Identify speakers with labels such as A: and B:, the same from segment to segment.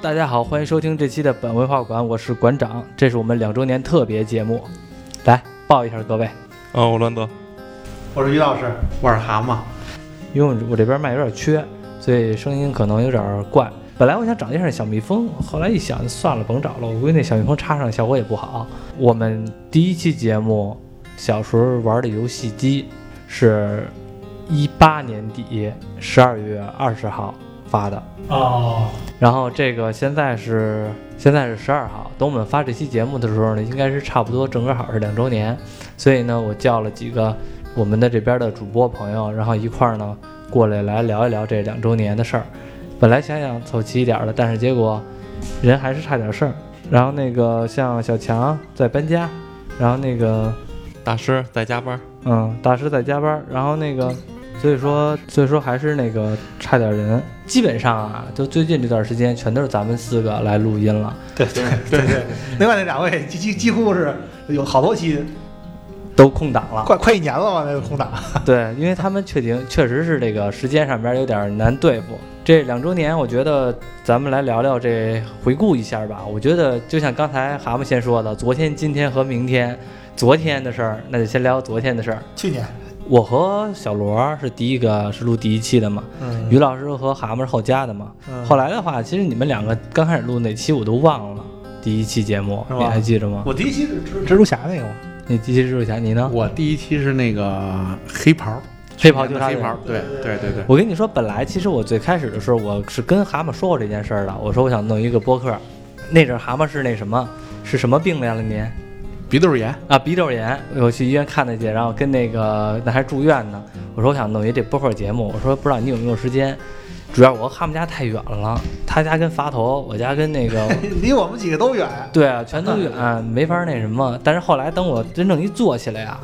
A: 大家好，欢迎收听这期的本文化馆，我是馆长，这是我们两周年特别节目，来报一下各位，
B: 啊，我乱德，
C: 我是于老师，我是蛤蟆。
A: 因为我这边麦有点缺，所以声音可能有点怪。本来我想找一下小蜜蜂，后来一想算了，甭找了，我估计那小蜜蜂插上效果也不好。我们第一期节目小时候玩的游戏机是一八年底十二月二十号发的，
C: 哦，
A: 然后这个现在是现在是十二号，等我们发这期节目的时候呢，应该是差不多正好是两周年，所以呢，我叫了几个我们的这边的主播朋友，然后一块儿呢过来来聊一聊这两周年的事儿。本来想想凑齐一点儿的，但是结果人还是差点事儿。然后那个像小强在搬家，然后那个
B: 大师在加班，
A: 嗯大师在加班儿，然后那个所以说所以说还是那个差点人。基本上啊，就最近这段时间全都是咱们四个来录音了。
C: 对对对对，另外那两位几几几乎是有好多期，
A: 嗯都空档了。
C: 快快一年了吧？那个空档。
A: 对，因为他们确定确实是这个时间上边有点难对付。这两周年，我觉得咱们来聊聊这回顾一下吧。我觉得就像刚才蛤蟆先说的，昨天、今天和明天，昨天的事儿，那就先聊昨天的事儿。
C: 去年，
A: 我和小罗是第一个是录第一期的嘛，
C: 嗯，
A: 于老师和蛤蟆是后加的嘛。后来的话，其实你们两个刚开始录哪期我都忘了，第一期节目
C: 是吧
A: 你还记着吗？
C: 我第一期是蜘蜘蛛侠那个嘛，
A: 你第一期录一下，你呢？
D: 我第一期是那个黑袍，
A: 黑袍
D: 去
A: 纠
D: 年
A: 察
D: 的
A: 队
D: 黑袍，对对对对，
A: 我跟你说，本来其实我最开始的时候，我是跟蛤蟆说过这件事儿的。我说我想弄一个播客，那阵儿蛤蟆是那什么，是什么病来了您
D: 鼻窦炎，
A: 啊？鼻窦炎，我去医院看的去，然后跟那个那还住院呢。我说我想弄一这播客节目，我说不知道你有没有时间。主要我和蛤蟆家太远了，他家跟垡头，我家跟那个
C: 离我们几个都远。
A: 对啊，全都远，没法那什么。但是后来等我真正一做起来啊，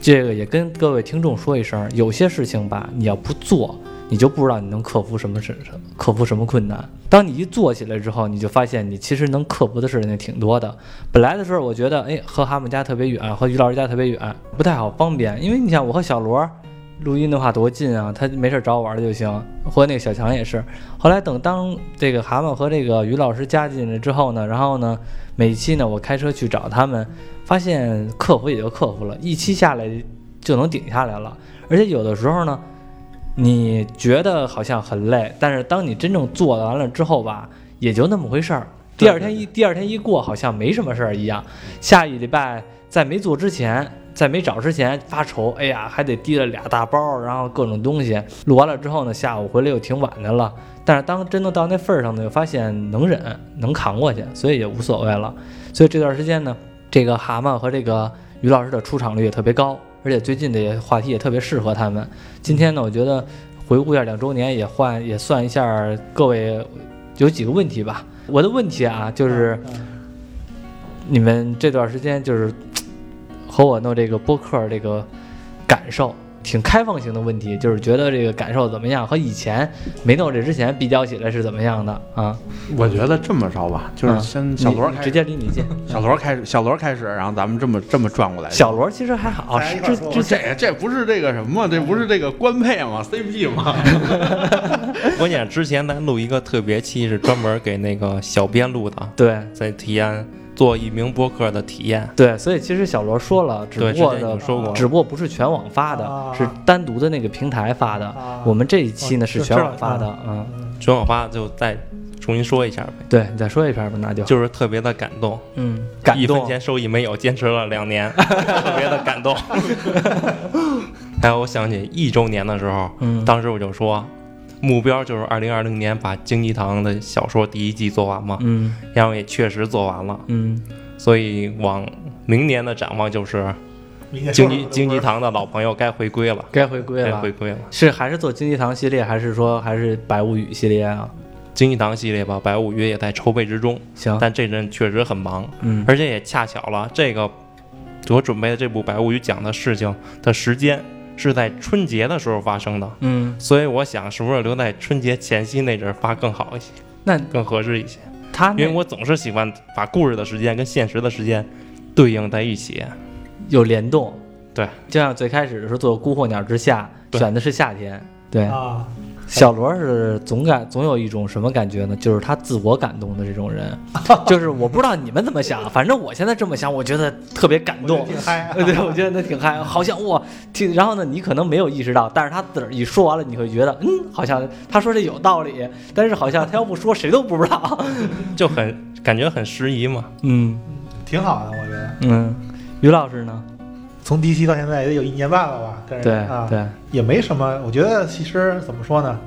A: 这个也跟各位听众说一声，有些事情吧，你要不做，你就不知道你能克服什么事，克服什么困难。当你一做起来之后，你就发现你其实能克服的事情挺多的。本来的时候，我觉得哎，和蛤蟆家特别远，和于老师家特别远，不太好方便，因为你想我和小罗。录音的话多近啊，他没事儿找我玩儿就行，和那个小强也是。后来等当这个蛤蟆和这个于老师加进来之后呢，然后呢，每一期呢我开车去找他们，发现克服也就克服了，一期下来就能顶下来了。而且有的时候呢，你觉得好像很累，但是当你真正做完了之后吧，也就那么回事儿。第二天一第二天一过，好像没什么事儿一样。下一礼拜在没做之前，在没找之前发愁，哎呀，还得提了俩大包，然后各种东西。录完了之后呢，下午回来又挺晚的了。但是当真的到那份儿上呢，又发现能忍，能扛过去，所以也无所谓了。所以这段时间呢，这个蛤蟆和这个于老师的出场率也特别高，而且最近的也话题也特别适合他们。今天呢，我觉得回顾一下两周年，也换也算一下各位有几个问题吧。我的问题啊，就是
C: 嗯
A: 你们这段时间就是和我弄这个播客这个感受，挺开放性的问题，就是觉得这个感受怎么样，和以前没弄这之前比较起来是怎么样的啊？
D: 我觉得这么着吧，就是先小罗
A: 嗯你
D: 开
A: 直
D: 始，
A: 接离你近，
D: 小罗开始，小罗开始，然后咱们这么这么转过来。
A: 哎小罗其实还好，
C: 咱一块
A: 之
C: 儿说吧
A: 之前
D: 这这不是这个什么，这不是这个官配吗？CP 吗？
B: 关键之前咱录一个特别期，是专门给那个小编录的，啊
A: 对
B: 在体验做一名播客的体验。
A: 对，所以其实小罗说了，只
B: 对，
A: 不
B: 之
A: 过
B: 前已
A: 呢
B: 经，说过，
A: 只不过不是全网发的，
C: 啊
A: 是单独的那个平台发的。
C: 啊
A: 我们这一期呢
C: 哦
A: 是
C: 知
A: 全网
C: 道
A: 发
C: 啊
A: 的，嗯，
B: 全网发就再重新说一下呗，
A: 对，你再说一遍吧，那就
B: 就是特别的感动，
A: 嗯，感
B: 一分
A: 动，
B: 钱收益没有，坚持了两年， 特别的感动。 还有，我想起一周年的时候，
A: 嗯，
B: 当时我就说，目标就是二零二零年把京一堂的小说第一季做完嘛，
A: 嗯
B: 然后也确实做完了，
A: 嗯，
B: 所以往明年的展望就是
C: 明 年
B: 京一
C: 经
B: 京
C: 济
B: 一堂的老朋友该回归了，
A: 该回归
B: 该
A: 了
B: 回。归了。
A: 是还是做经济堂系列，还是说还是百物语系列啊？
B: 京一堂系列吧，白五月也在筹备之中，
A: 行，
B: 但这阵确实很忙，
A: 嗯
B: 而且也恰巧了，这个我准备的这部《白物语》讲的事情的时间是在春节的时候发生的，
A: 嗯，
B: 所以我想是不是留在春节前夕那阵儿发更好一些，
A: 那
B: 更合适一些。
A: 他
B: 因为
A: 那
B: 我总是喜欢把故事的时间跟现实的时间对应在一起。
A: 有联动，
B: 对，
A: 就像最开始的时候做《孤火鸟之夏》，
B: 对
A: 选的是夏天，对，
C: 啊，
A: 小罗是总感总有一种什么感觉呢？就是他自我感动的这种 人，就是我不知道你们怎么想，反正我现在这么想，我觉得特别感动
C: 我觉得。挺嗨啊。
A: 呃 对，我觉得那挺嗨，好像我挺。然后呢，你可能没有意识到，但是他自个儿一说完了，你会觉得，嗯，好像他说这有道理，但是好像他要不说，谁都不知道。
B: 就很感觉很适宜嘛。
A: 嗯
C: 挺好的，我觉得。
A: 嗯，于老师呢？
C: 从第一期到现在也得有一年半了吧？但是
A: 对
C: 啊，
A: 对，
C: 也没什么。我觉得其实怎么说呢，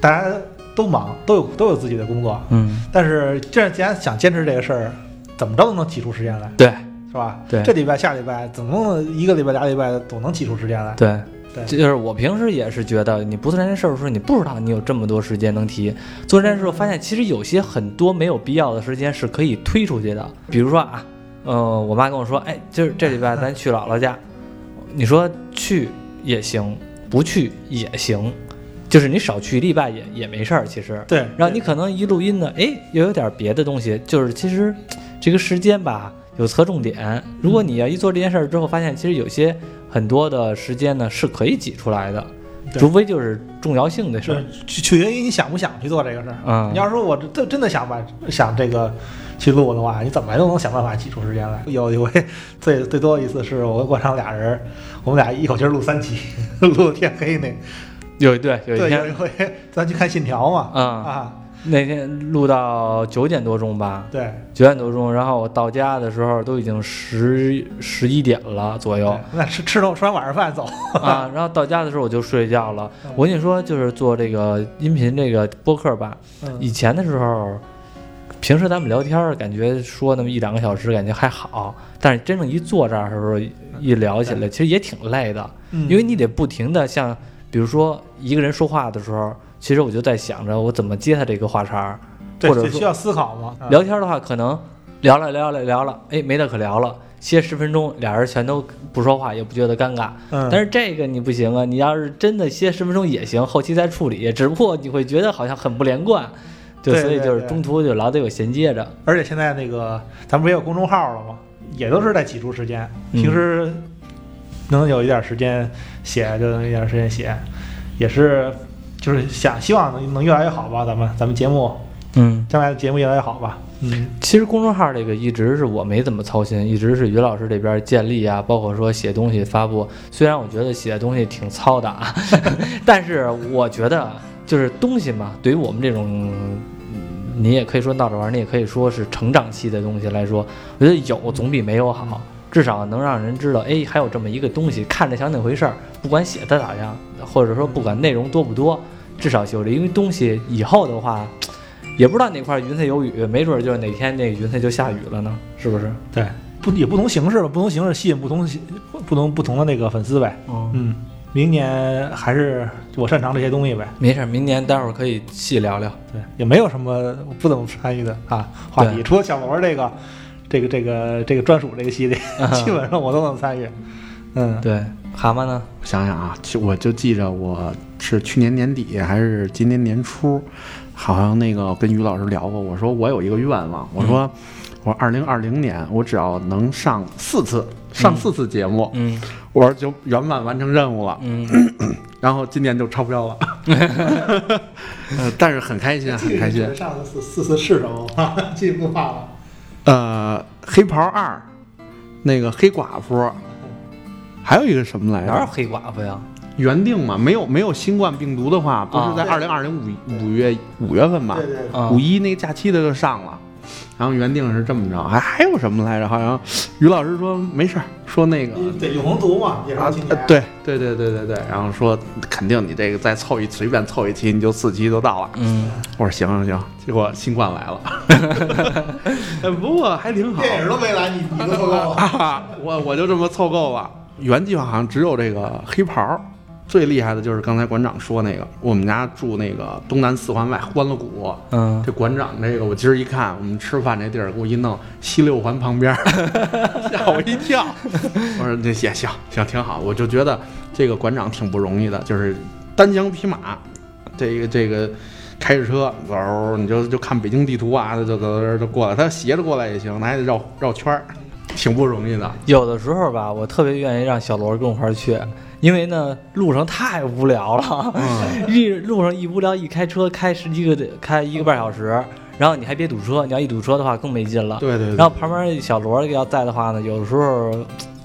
C: 大家都忙，都有都有自己的工作，
A: 嗯，
C: 但是既然既然想坚持这个事儿，怎么着都能挤出时间来，
A: 对
C: 是吧？
A: 对
C: 这礼拜、下礼拜，总共一个礼拜、俩礼拜，总能挤出时间来。
A: 对。
C: 对
A: 这就是我平时也是觉得，你不做这件事儿的时候，你不知道你有这么多时间能提；做这件事儿，发现其实有些很多没有必要的时间是可以推出去的。比如说啊，呃，我妈跟我说，哎，今儿这礼拜咱去姥姥家，你说去也行，不去也行，就是你少去一礼拜也也没事儿，其实。
C: 对，
A: 然后你可能一录音呢，哎，又有点别的东西，就是其实这个时间吧有侧重点。如果你要一做这件事儿之后，发现其实有些很多的时间呢是可以挤出来的，
C: 对
A: 除非就是重要性的事
C: 是
A: 儿。
C: 取取决于你想不想去做这个事儿。
A: 嗯
C: 你要说我真真的想把想这个去录的话，你怎么都能想办法挤出时间来。有有回最最多一次是我跟过上俩人，我们俩一口气儿录三期， 录到天黑那。
A: 有一对有一
C: 对，有一
A: 天，
C: 回咱去看《信条》嘛，
A: 嗯
C: 啊，
A: 那天录到九点多钟吧，
C: 对，
A: 九点多钟，然后我到家的时候都已经十十一点了左右
C: 对，那吃吃了吃完晚上饭走，
A: 啊，然后到家的时候我就睡觉了
C: 嗯。
A: 我跟你说，就是做这个音频这个播客吧，
C: 嗯，
A: 以前的时候，平时咱们聊天儿，感觉说那么一两个小时，感觉还好。但是真正一坐这儿的时候，一聊起来，其实也挺累的，
C: 嗯
A: 因为你得不停的像，比如说一个人说话的时候，其实我就在想着我怎么接他这个话茬儿。
C: 对
A: 或者
C: 这
A: 说嗯
C: 需要思考嘛，啊
A: 聊天的话，可能聊了聊了聊了，哎，没得可聊了，歇十分钟，俩人全都不说话，也不觉得尴尬。
C: 嗯，
A: 但是这个你不行啊，你要是真的歇十分钟也行，后期再处理，只不过你会觉得好像很不连贯，就
C: 对
A: 所以
C: 对
A: 就是
C: 对
A: 中途就老得有衔接着。
C: 而且现在那个咱们不也有公众号了吗？也都是在挤出时间，
A: 嗯
C: 平时能有一点时间写就能有一点时间写，也是就是想希望能能越来越好吧，咱们咱们节目
A: 嗯，
C: 将来的节目越来越好吧，嗯，
A: 其实公众号这个一直是我没怎么操心，一直是于老师这边建立啊，包括说写东西发布。虽然我觉得写的东西挺糙的啊，但是我觉得就是东西嘛，对于我们这种。你也可以说闹着玩儿，你也可以说是成长期的东西来说，我觉得有总比没有好，至少能让人知道，哎，还有这么一个东西，看着像那回事儿，不管写的咋样，或者说不管内容多不多，至少有了一个东西，以后的话，也不知道哪块云彩有雨，没准就是哪天那云彩就下雨了呢，是不是？
C: 对，不也不同形式吧，不同形式吸引不同不同不同的那个粉丝呗，
A: 嗯，
C: 嗯，明年还是我擅长这些东西呗。
A: 没事儿，明年待会儿可以细聊聊。
C: 对，也没有什么不怎么参与的啊话题，
A: 对
C: 除了小罗这个，这个这个这个专属这个系列， 基本上我都能参与。嗯，
A: 啊对，蛤蟆呢？
D: 想想啊，其我就记着我是去年年底还是今年年初，好像那个跟于老师聊过，我说我有一个愿望，我
A: 嗯
D: 说、我二零二零年我只要能上四次，上四次节目，
A: 嗯
D: 我说就圆满完成任务了，
A: 嗯，
D: 然后今年就超标了， 呃，但是很开 心，很开心。
C: 上次四四次啊是什么 吗？进步化了。
D: 呃，黑袍二，那个黑寡妇，还有一个什么来
A: 哪有
D: 着？
A: 黑寡妇呀？
D: 原定嘛，没有没有新冠病毒的话，不
A: 啊
D: 是在二零二零五五月五月份吧？
C: 对
A: 啊
D: 五一那假期的就上了。然后原定是这么着，还还有什么来着？好像于老师说没事儿，说那个
C: 对，永恒族嘛，也
D: 啊，呃对对对对对对，然后说肯定你这个再凑一随便凑一期，你就四期都到了。
A: 嗯，
D: 我说行行行，结果新冠来 了，哎不过还挺好。
C: 都没来，你你都凑 够。
D: 啊，我我就这么凑够了。原计划好像只有这个黑袍儿，最厉害的就是刚才馆长说那个，我们家住那个东南四环外欢乐谷。
A: 嗯，
D: 这馆长这个，我今儿一看，我们吃饭这地儿给我一弄西六环旁边儿， 吓我一跳。我说这也行行挺好，我就觉得这个馆长挺不容易的，就是单枪匹马，这个这个开着车走儿，你就就看北京地图啊，就就就就过来，他斜着过来也行，他还得绕绕圈儿，挺不容易的。
A: 有的时候吧，我特别愿意让小罗跟我一块儿去，因为呢路上太无聊了，
D: 嗯，
A: 一路上一无聊一开车开十几个开一个半小时，然后你还别堵车，你要一堵车的话更没劲了。
D: 对对对，
A: 然后旁边小罗要在的话呢，有时候嘖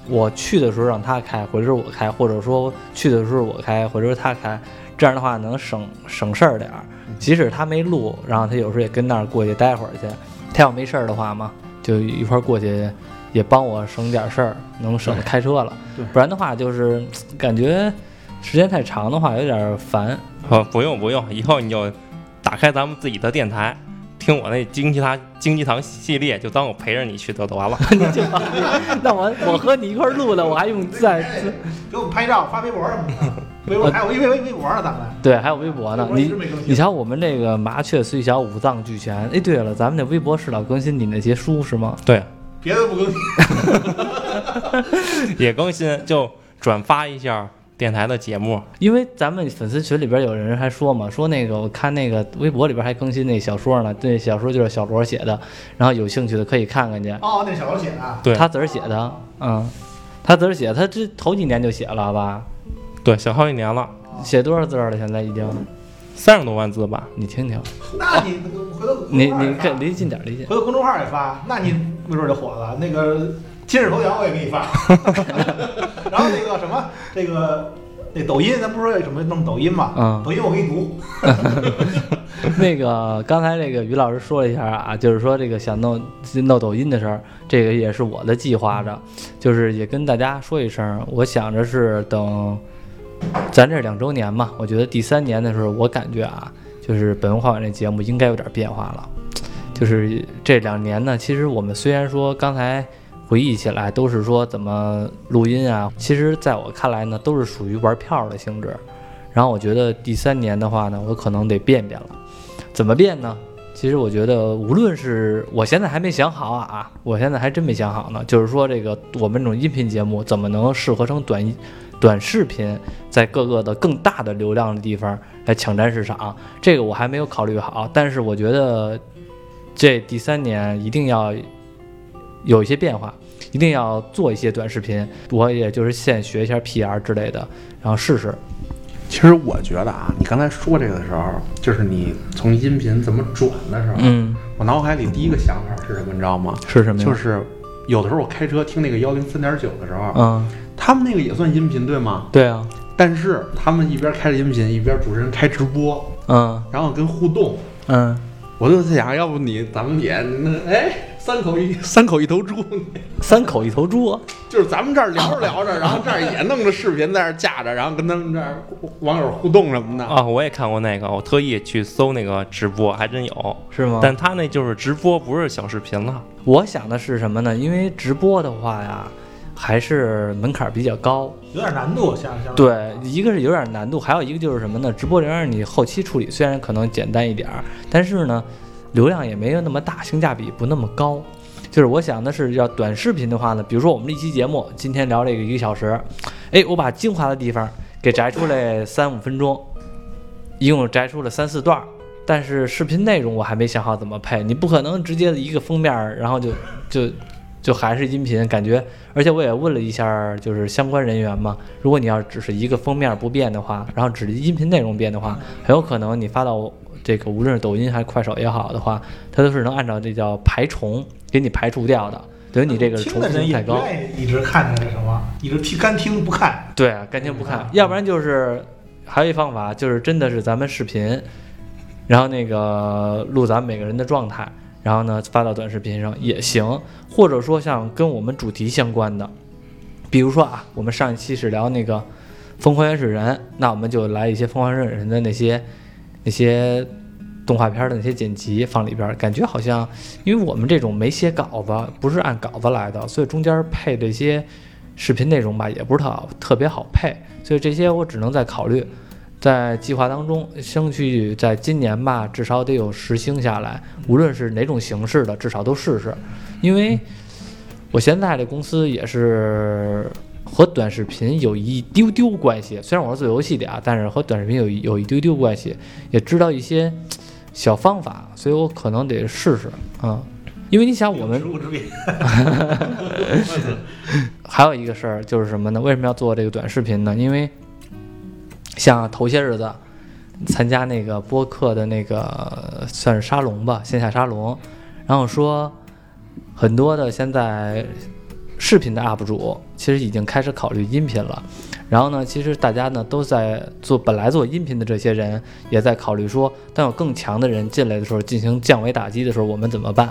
A: 我去的时候让他开，或者是我开，或者说去的时候我开，或者是他开，这样的话能省省事儿点儿。即使他没路，然后他有时候也跟那儿过去待会儿去。他要没事儿的话嘛，就一块儿过去，也帮我省点事儿，能省
D: 对
A: 开车了
D: 对。
A: 不然的话，就是嘖感觉时间太长的话有点烦。
B: 哦，不用不用，以后你就打开咱们自己的电台，听我那经济堂经济堂系列，就当我陪着你去就得完了。
A: 你就 那我我和你一块儿录的，我还用在
C: 给我们拍照发微博什么 的，微博还有微微微博呢，咱们
A: 对，还有微博呢
C: 微。博
A: 啊
C: 一
A: 你
C: 直没更新
A: 你瞧，我们这个麻雀虽小，五脏俱全。哎，对了，咱们那微博是老更新你那些书是吗？
B: 对，
C: 别的不更新。
B: 也更新就转发一下电台的节目。
A: 因为咱们粉丝群里边有人还说嘛，说那个我看那个微博里边还更新那小说呢，那小说就是小罗写的，然后有兴趣的可以看看去。
C: 哦，那小老写的，
B: 对
A: 他自个儿写的，嗯，他自个儿写的，他这头几年就写了吧？
B: 对，小好几年了，
A: 写多少字儿了？现在已经，
B: 三十多万字吧。
A: 你听听，
C: 那你回头
A: 你你
C: 给
A: 跟离近点儿，离近。
C: 回头公众号也发，那你没准就火了。那个今日头条我也给你发， 然后那个什么，这个那抖音，咱不是说什么弄抖音嘛？
A: 嗯
C: 抖音我给你读，
A: 那个刚才这个于老师说了一下啊，就是说这个想弄弄抖音的事儿，这个也是我的计划着，就是也跟大家说一声，我想着是等咱这两周年嘛，我觉得第三年的时候，我感觉啊，就是本文化馆这节目应该有点变化了。 就是这两年呢，其实我们虽然说刚才回忆起来都是说怎么录音啊，其实在我看来呢，都是属于玩票的性质。然后我觉得第三年的话呢，我可能得变变了。怎么变呢？其实我觉得，无论是我现在还没想好啊啊，我现在还真没想好呢。就是说，这个我们这种音频节目怎么能适合成短短视频，在各个的更大的流量的地方来抢占市场？这个我还没有考虑好。但是我觉得，这第三年一定要有一些变化，一定要做一些短视频。我也就是现学一下 PR 之类的，然后试试。
D: 其实我觉得啊，你刚才说这个的时候，就是你从音频怎么转的时候，
A: 嗯，
D: 我脑海里第一个想法是什么，你知道吗？
A: 是什么呀？
D: 就，是有的时候我开车听那个幺零三点九的时候，
A: 嗯，
D: 他们那个也算音频对吗？
A: 对啊，
D: 但是他们一边开着音频，一边主持人开直播，
A: 嗯
D: 然后跟互动。
A: 嗯。
D: 我就在想，要不你咱们也那哎，三口一三口一头猪，
A: 三口一头猪，
D: 就是咱们这儿聊着聊着，然后这儿也弄着视频在这儿架着，然后跟他们这儿网友互动什么的。
B: 啊，我也看过那个，我特意去搜那个直播，还真有。
A: 是吗？
B: 但他那就是直播，不是小视频了。
A: 我想的是什么呢？因为直播的话呀，还是门槛比较高。
C: 有点难度，像像
A: 对，一个是有点难度，还有一个就是什么呢？直播流量你后期处理虽然可能简单一点儿，但是呢，流量也没有那么大，性价比不那么高。就是我想的是，要短视频的话呢，比如说我们这期节目今天聊这个一个小时，哎，我把精华的地方给摘出来三五分钟，一共摘出了三四段儿。但是视频内容我还没想好怎么配，你不可能直接一个封面儿，然后就就就还是音频，感觉。而且我也问了一下儿，就是相关人员嘛，如果你要只是一个封面不变的话，然后只是音频内容变的话，很有可能你发到这个无论是抖音还是快手也好的话，它都是能按照这叫排虫给你排除掉的，等于你这个
C: 听
A: 重
C: 的
A: 复
C: 人
A: 性
C: 也
A: 太
C: 不
A: 高。
C: 愿意一直看着那什么，一直听干听不看。
A: 对啊，干听不看，要不然就是还有一方法，就是真的是咱们视频，然后那个录咱们每个人的状态，然后呢发到短视频上也行，或者说像跟我们主题相关的，比如说啊，我们上一期是聊那个《疯狂原始人》，那我们就来一些《疯狂原始人》的那些那些动画片的那些剪辑放里边儿，感觉好像因为我们这种没写稿子，不是按稿子来的，所以中间配这些视频内容吧，也不是特好特别好配，所以这些我只能再考虑。在计划当中，争取在今年吧，至少得有十星下来，无论是哪种形式的，至少都试试。因为我现在这公司也是和短视频有一丢丢关系，虽然我是做游戏的啊，但是和短视频有一有一丢丢关系，也知道一些小方法，所以我可能得试试啊、因为你想，我们
C: 职务之便，
A: 还有一个事儿就是什么呢？为什么要做这个短视频呢？因为像头些日子参加那个播客的那个算是沙龙吧，线下沙龙，然后说很多的现在视频的 UP 主其实已经开始考虑音频了。然后呢，其实大家呢都在做本来做音频的这些人也在考虑说，当有更强的人进来的时候，进行降维打击的时候，我们怎么办？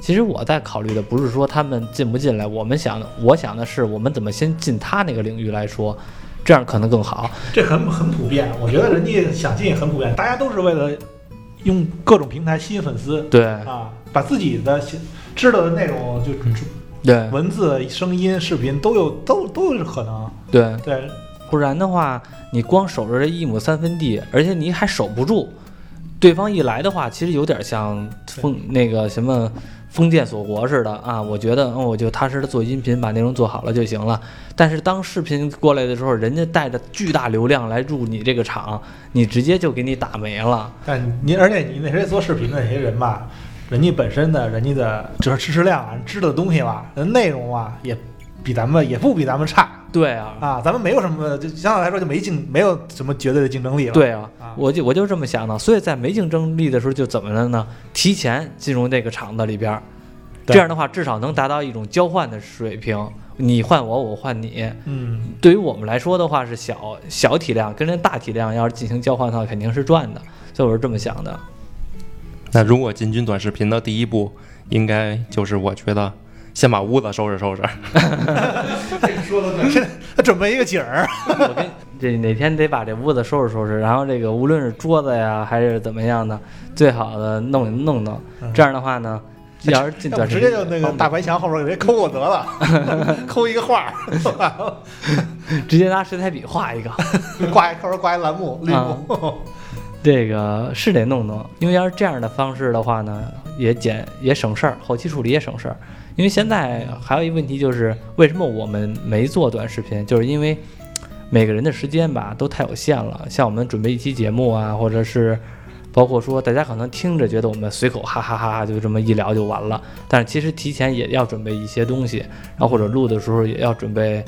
A: 其实我在考虑的不是说他们进不进来，我们想的，我想的是我们怎么先进他那个领域来说，这样可能更好。
C: 这很很普遍，我觉得人家想进也很普遍，大家都是为了用各种平台吸引粉丝
A: 对
C: 啊，把自己的喜知道的内容就
A: 对
C: 文字、声音、视频都有都都有可能。
A: 对，
C: 对，
A: 不然的话，你光守着这一亩三分地，而且你还守不住，对方一来的话，其实有点像封那个什么封建锁国似的啊。我觉得，嗯，我就踏实的做音频，把内容做好了就行了。但是当视频过来的时候，人家带着巨大流量来入你这个场，你直接就给你打没了。
C: 但您而且你那些做视频的那些人吧，人家本身的人家的就是知识量啊，知道的东西吧，人内容啊也比咱们也不比咱们差
A: 对啊，
C: 啊，咱们没有什么就相对来说就没竞没有什么绝对的竞争力了。
A: 对啊
C: 啊，
A: 我就我就这么想的，所以在没竞争力的时候就怎么了呢？提前进入这个场子里边儿，
C: 对
A: 这样的话至少能达到一种交换的水平，你换我，我换你。
C: 嗯，
A: 对于我们来说的话是小小体量，跟人大体量要是进行交换的话，肯定是赚的，所以我是这么想的。
B: 那如果进军短视频的第一步，应该就是我觉得先把屋子收拾收拾。
D: 说的对，
C: 他准备一个景儿，
A: 我跟这哪天得把这屋子收拾收拾，然后这个无论是桌子呀还是怎么样的，最好的弄弄弄。这样的话呢，要是进
C: 嗯哎要不
A: 短视
C: 直
A: 频
C: 接就那个
A: 方便
C: 大白墙后边给人抠我得了， 抠一个画儿，
A: 直接拿水彩笔画一个。
C: 挂一后边挂一栏
A: 啊
C: 目绿幕，
A: 这个是得弄弄，因为要是这样的方式的话呢，也简也省事儿，后期处理也省事儿。因为现在还有一个问题就是，为什么我们没做短视频？就是因为每个人的时间吧都太有限了。像我们准备一期节目啊，或者是包括说大家可能听着觉得我们随口哈哈哈哈就这么一聊就完了，但是其实提前也要准备一些东西，然后或者录的时候也要准备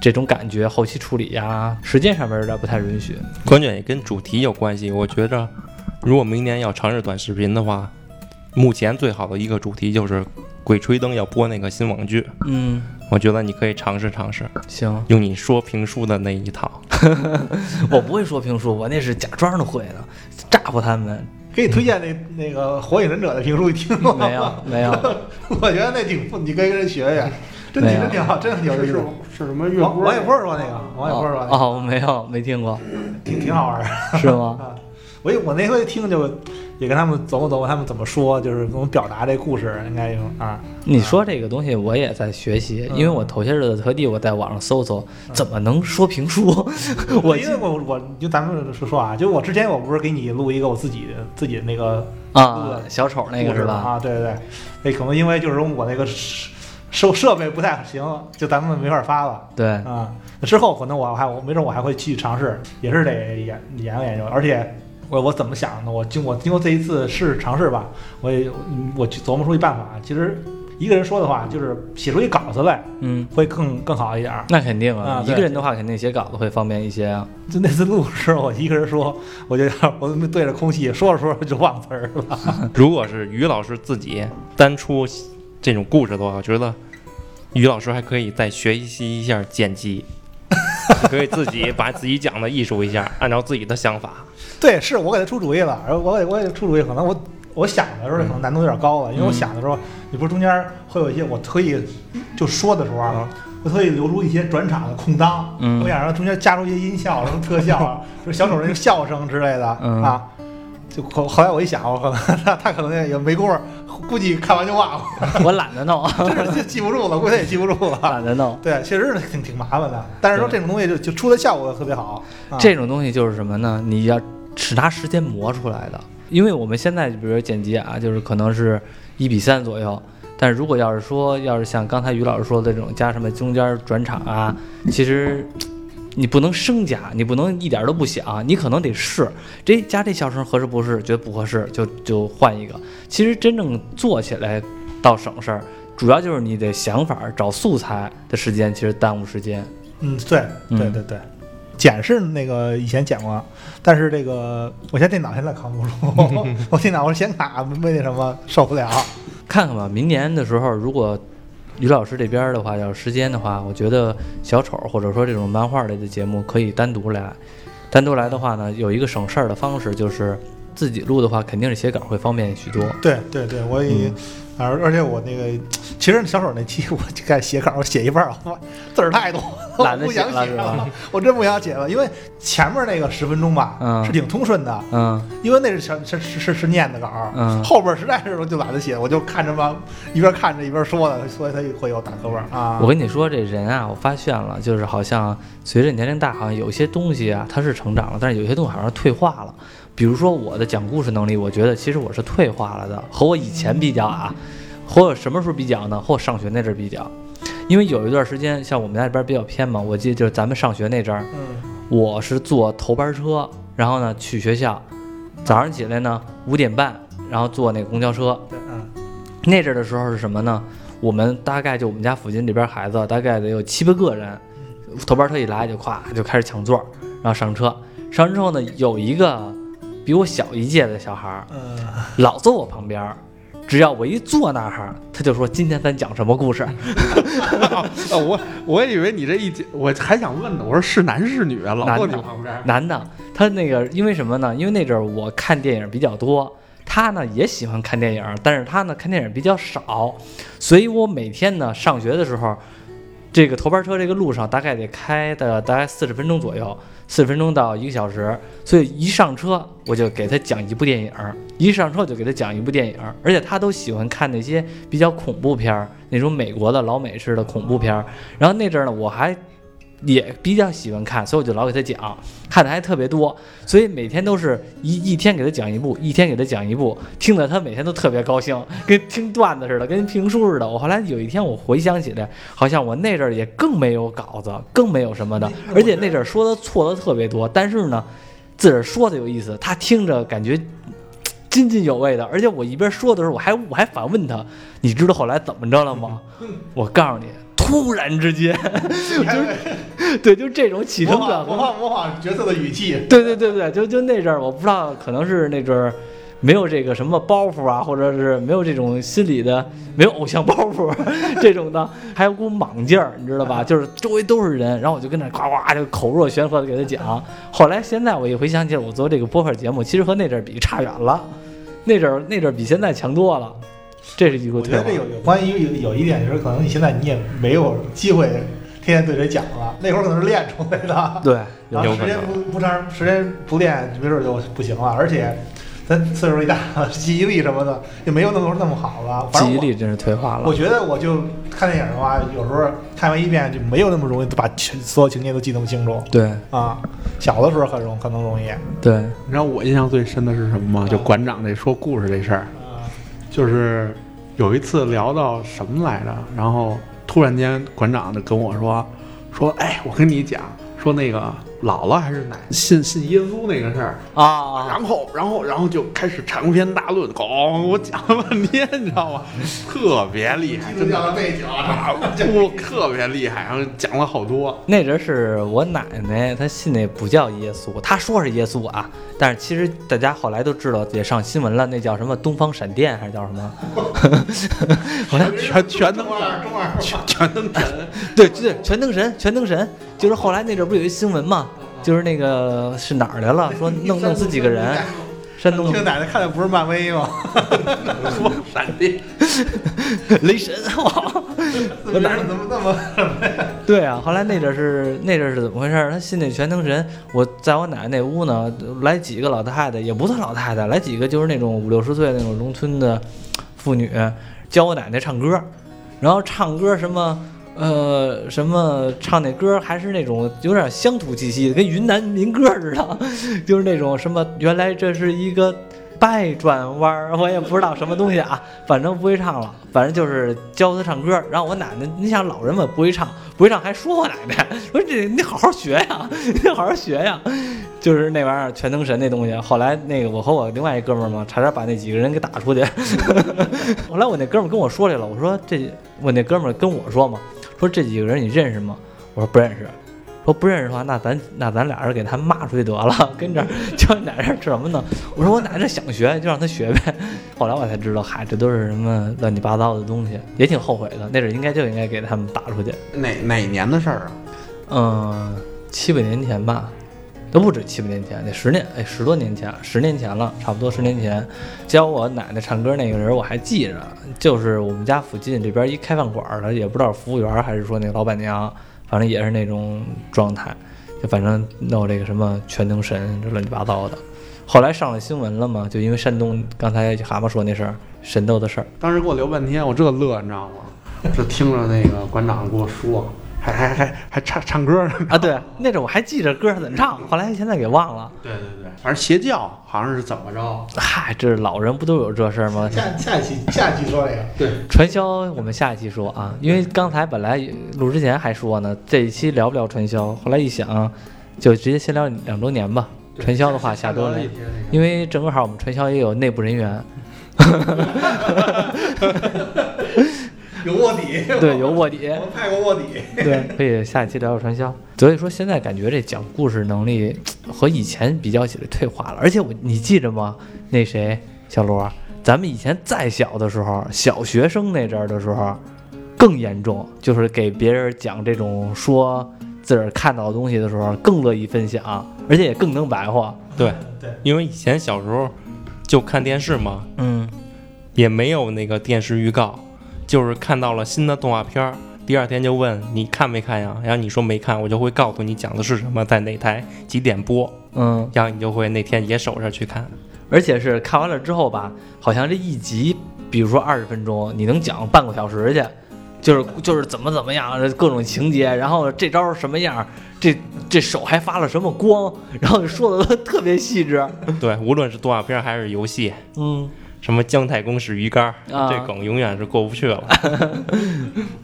A: 这种感觉，后期处理呀、时间上面有点不太允许。
B: 关键也跟主题有关系。我觉着，如果明年要尝试短视频的话，目前最好的一个主题就是《鬼吹灯》要播那个新网剧，
A: 嗯，
B: 我觉得你可以尝试尝试，
A: 行。
B: 用你说评书的那一套。
A: 我不会说评书，我那是假装的会的，诈唬他 们。
C: 给你推荐那那个《火影忍者》的评书，你听过吗？
A: 没有，没有，
C: 我觉得那挺不，你可以跟人学学，真
A: 没
C: 挺
A: 有
C: 真挺好，真的挺有
D: 是
C: 意
D: 是
C: 思。
D: 是什么月
C: 王
D: 波？
C: 王一波说那个，王一波说那个，
A: 哦，没有，没听 过，
C: 挺挺好玩儿
A: 是吗？
C: 啊。 我一我那回听就也跟他们琢磨琢磨，他们怎么说，就是怎么表达这故事，应该有啊。
A: 你说这个东西我也在学习，
C: 嗯
A: 因为我头些日子特地我在网上搜搜，怎么能说评 书？ 我
C: 因为我我就咱们说说啊，就我之前我不是给你录一个我自己自己那个
A: 啊，小丑那个
C: 故事
A: 是
C: 吗
A: 吧？
C: 啊，对对对，那可能因为就是我那个设设设备不太行，就咱们没法发了。
A: 对，
C: 啊、之后可能我还我没准我还会去尝试，也是得研研究研究。而且我我怎么想的？我经我经过这一次试尝试吧，我也嗯我去琢磨出一办法。其实一个人说的话，就是写出一稿子来
A: 嗯，
C: 会更更好一点儿。
A: 那肯定
C: 啊
A: 啊，一
C: 对
A: 个人的话肯定写稿子会方便一些啊。
C: 就那次录的时候，我一个人说，我就我就对着空气说着说着就忘词儿了。
A: 嗯
B: 如果是于老师自己单出这种故事的话，我觉得于老师还可以再学习一下剪辑，你可以自己把自己讲的艺术一下，按照自己的想法。
C: 对，是我给他出主意了，然后我给我给他出主意，可能我。我想的时
A: 嗯
C: 候可能难度有点高了，因为我想的时候，你不是中间会有一些我特意就说的时候啊，
D: 啊，
C: 我特意留出一些转场的空档，
A: 嗯
C: 我想让中间加入一些音效，什么特效 啊，就是小丑那个笑声之类的、
A: 嗯
C: 啊。就后后来我一想，我可能他他可能也没工夫，估计看完就忘了，
A: 我懒得弄，
C: 真是记不住了，估计也记不住了。
A: 懒得弄。
C: 对，确实是挺挺麻烦的，但是说
A: 对
C: 这种东西就就出的效果特别好。啊、
A: 这种东西就是什么呢？你要只拿时间磨出来的。因为我们现在比如说剪辑啊，就是可能是一比三左右，但是如果要是说，要是像刚才于老师说的这种加什么中间转场啊，其实你不能生加，你不能一点都不想，你可能得试，这加这笑声合适不合适？觉得不合适就就换一个。其实真正做起来倒省事儿，主要就是你得想法儿找素材的时间，其实耽误时间。
C: 嗯，对
A: 嗯
C: 对对对，剪是那个以前剪过，但是这个我现在电脑现在扛不住， 我电脑我显卡没那什么受不了。
A: 看看吧，明年的时候，如果于老师这边儿的话，要是时间的话，我觉得小丑或者说这种漫画类的节目可以单独来。单独来的话呢，有一个省事儿的方式，就是自己录的话，肯定是写稿会方便许多。
C: 对对对，我也，而、而且我那个，其实小手那期我就开始写稿，我写一半儿，我发字儿太多了，
A: 懒得
C: 我不想
A: 写了
C: 写
A: 是吧
C: 了，我真不想写了，因为前面那个十分钟吧，
A: 嗯
C: 是挺通顺的，
A: 嗯
C: 因为那是小是是是是念的稿儿，
A: 嗯
C: 后边儿实在是我就懒得写，我就看着吧，一边看着一边说的，所以他会有打磕巴儿啊。
A: 我跟你说，这人啊，我发现了，就是好像随着年龄大，好像有些东西啊，它是成长了，但是有些东西好像退化了。比如说我的讲故事能力，我觉得其实我是退化了的，和我以前比较啊，和我什么时候比较呢？和我上学那阵儿比较，因为有一段时间，像我们家这边儿比较偏嘛，我记得就是咱们上学那阵儿，
C: 嗯
A: 我是坐头班车，然后呢去学校，早上起来呢五点半，然后坐那个公交车，
C: 对嗯
A: 那阵儿的时候是什么呢？我们大概就我们家附近这边孩子大概得有七八个人，头班车一来就咵就开始抢座儿，然后上车，上车之后呢，有一个比我小一届的小孩儿
C: 嗯，
A: 老坐我旁边儿，只要我一坐那儿，他就说今天咱讲什么故事。
D: 啊，我我以为你这一讲，我还想问呢，我说是男是女啊？老
A: 男
D: 坐
A: 的
D: 你旁边，
A: 男的，他那个因为什么呢？因为那阵儿我看电影比较多，他呢也喜欢看电影，但是他呢看电影比较少，所以我每天呢上学的时候，这个头班车这个路上大概得开的大概四十分钟左右，四十分钟到一个小时，所以一上车我就给他讲一部电影，一上车我就给他讲一部电影，而且他都喜欢看那些比较恐怖片儿，那种美国的老美式的恐怖片儿。然后那阵儿呢，我还也比较喜欢看，所以我就老给他讲，看的还特别多，所以每天都是一一天给他讲一部，一天给他讲一部，听得他每天都特别高兴，跟听段子似的，跟评书似的。我后来有一天我回想起来，好像我那阵儿也更没有稿子，更没有什么的，而且那阵儿说的错的特别多，但是呢，自个儿说的有意思，他听着感觉。嘖津津有味的，而且我一边说的时候，我还我还反问他，你知道后来怎么着了吗？我告诉你，突然之间， 对，就这种起承
C: 模
A: 转
C: 仿模
A: 合。
C: 仿模仿角色的语气，
A: 对对对对，就就那阵儿，我不知道，可能是那阵儿没有这个什么包袱啊，或者是没有这种心理的，没有偶像包袱这种的，还有股莽劲儿，你知道吧？就是周围都是人，然后我就跟那夸夸就口若悬河的给他讲。后来现在我一回想起来，我做这个播客节目，其实和那阵儿比差远了，那阵儿那阵儿比现在强多了，这是一个
C: 我觉
A: 退
C: 得
A: 化
C: 这。有有关于有有一点就是，可能你现在你也没有机会天天对谁讲了，那会儿可能是练出来的，
A: 对，有
C: 然后
B: 有
C: 时
B: 可
C: 间
B: 能
C: 不不长，时间不练，没准就不行了。而且咱岁数一大，记忆力什么的也没有那么那么好了。反正
A: 记忆
C: 我
A: 力真是退化了
C: 我。觉得我就看电影的话，有时候看完一遍就没有那么容易把全所有情节都记那么清楚
A: 对
C: 啊。小的时候很容可能容易，
A: 对，
D: 你知道我印象最深的是什么吗？就馆长这说故事这事儿，就是有一次聊到什么来着，然后突然间馆长就跟我说说，哎，我跟你讲，说那个姥姥还是奶信信耶稣那个事儿，
A: 啊啊，啊
D: 然后然后然后就开始长篇大论，咣、我讲了半天，你知道吗？特别厉害，真的。
C: 背 景
D: 啊，我特别厉害，然后讲了好多，
A: 那阵儿是我奶奶，她信那不叫耶稣，她说是耶稣啊，但是其实大家后来都知道，也上新闻了，那叫什么东方闪电还是叫什么？
D: 全全能
C: 二中二
D: 全全能神，
A: 对对，全灯神，全灯神，就是后来那阵儿不有一新闻嘛，就是那个是哪儿来了，说弄弄死几个人， 山东
C: 听奶奶看的不是漫威吗？
D: 光闪电。
A: 雷神， 哇！
C: 怎么 怎么那么
A: 对啊，后来那阵儿是那阵儿是怎么回事儿？他信那全能神，我在我奶奶那屋呢，来几个老太太，也不算老太太，来几个就是那种五六十岁那种农村的妇女，教我奶奶唱歌，然后唱歌什么。呃，什么唱那歌还是那种有点乡土气息的，跟云南民歌似的，就是那种什么原来这是一个掰转弯儿，我也不知道什么东西啊， 反正不会唱了，反正就是教他唱歌。然后我奶奶，你想老人 嘛不会唱，不会唱还说我奶奶，说这你好好学呀，你好好学呀。就是那玩意儿全能神那东西。啊后来那个我和我另外一哥们儿嘛，差点把那几个人给打出去。 后来我那哥们儿跟我说来了，我说这我那哥们儿跟我说嘛，说这几个人你认识吗？我说不认识。说不认识的话，那咱那咱俩人给他骂出去得了， 跟这儿就哪这儿吃什么呢？我说我哪这想学，就让他学呗。后来我才知道，嗨，这都是什么乱七八糟的东西，也挺后悔的。那是应该就应该给他们打出去。
D: 哪哪年的事儿啊？
A: 嗯，七八年前吧，都不止七八年前，得十年，哎，十多年前，十年前了，差不多十年前。教我奶奶唱歌那个人我还记着，就是我们家附近这边一开饭馆的，也不知道服务员还是说那老板娘，反正也是那种状态，就反正闹这个什么全能神，这乱七八 糟的。后来上了新闻了嘛，就因为山东刚才蛤蟆说那事儿，神斗的事儿，
D: 当时给我留半天，我这乐你知道吗？ 这听着那个馆长给我说，还还还还唱唱歌呢。
A: 啊，对，那阵我还记着歌儿怎么唱，后来现在给忘了。
D: 对对对，反正邪教好像是怎么着？
A: 嗨，这老人不都有这事儿吗？
E: 下下一期下一期说这个，
D: 对，
A: 传销，我们下一期说啊，因为刚才本来录之前还说呢，这一期聊不聊传销，后来一想，就直接先聊两周年吧。传销的话，下周年，因为正好我们传销也有内部人员，
E: 有卧底，
A: 对，有卧底，
E: 我派过卧底，
A: 对，可以下一期聊聊传销。所以说现在感觉这讲故事能力和以前比较起来退化了，而且我你记着吗？那谁，小罗，咱们以前再小的时候，小学生那阵儿的时候，更严重，就是给别人讲这种说自个儿看到的东西的时候，更乐意分享，而且也更能白话。
B: 对，
E: 对，
B: 因为以前小时候就看电视嘛，
A: 嗯，
B: 也没有那个电视预告，就是看到了新的动画片儿，第二天就问你看没看呀？然后你说没看，我就会告诉你讲的是什么，在哪台几点播，
A: 嗯，
B: 然后你就会那天也守着去看。
A: 而且是看完了之后吧，好像这一集，比如说二十分钟，你能讲半个小时去，就是就是怎么怎么样，各种情节，然后这招什么样，这这手还发了什么光，然后说的都特别细致。
B: 对，无论是动画片儿还是游戏，
A: 嗯，
B: 什么姜太公是鱼竿儿，
A: 啊
B: 这梗永远是过不去了。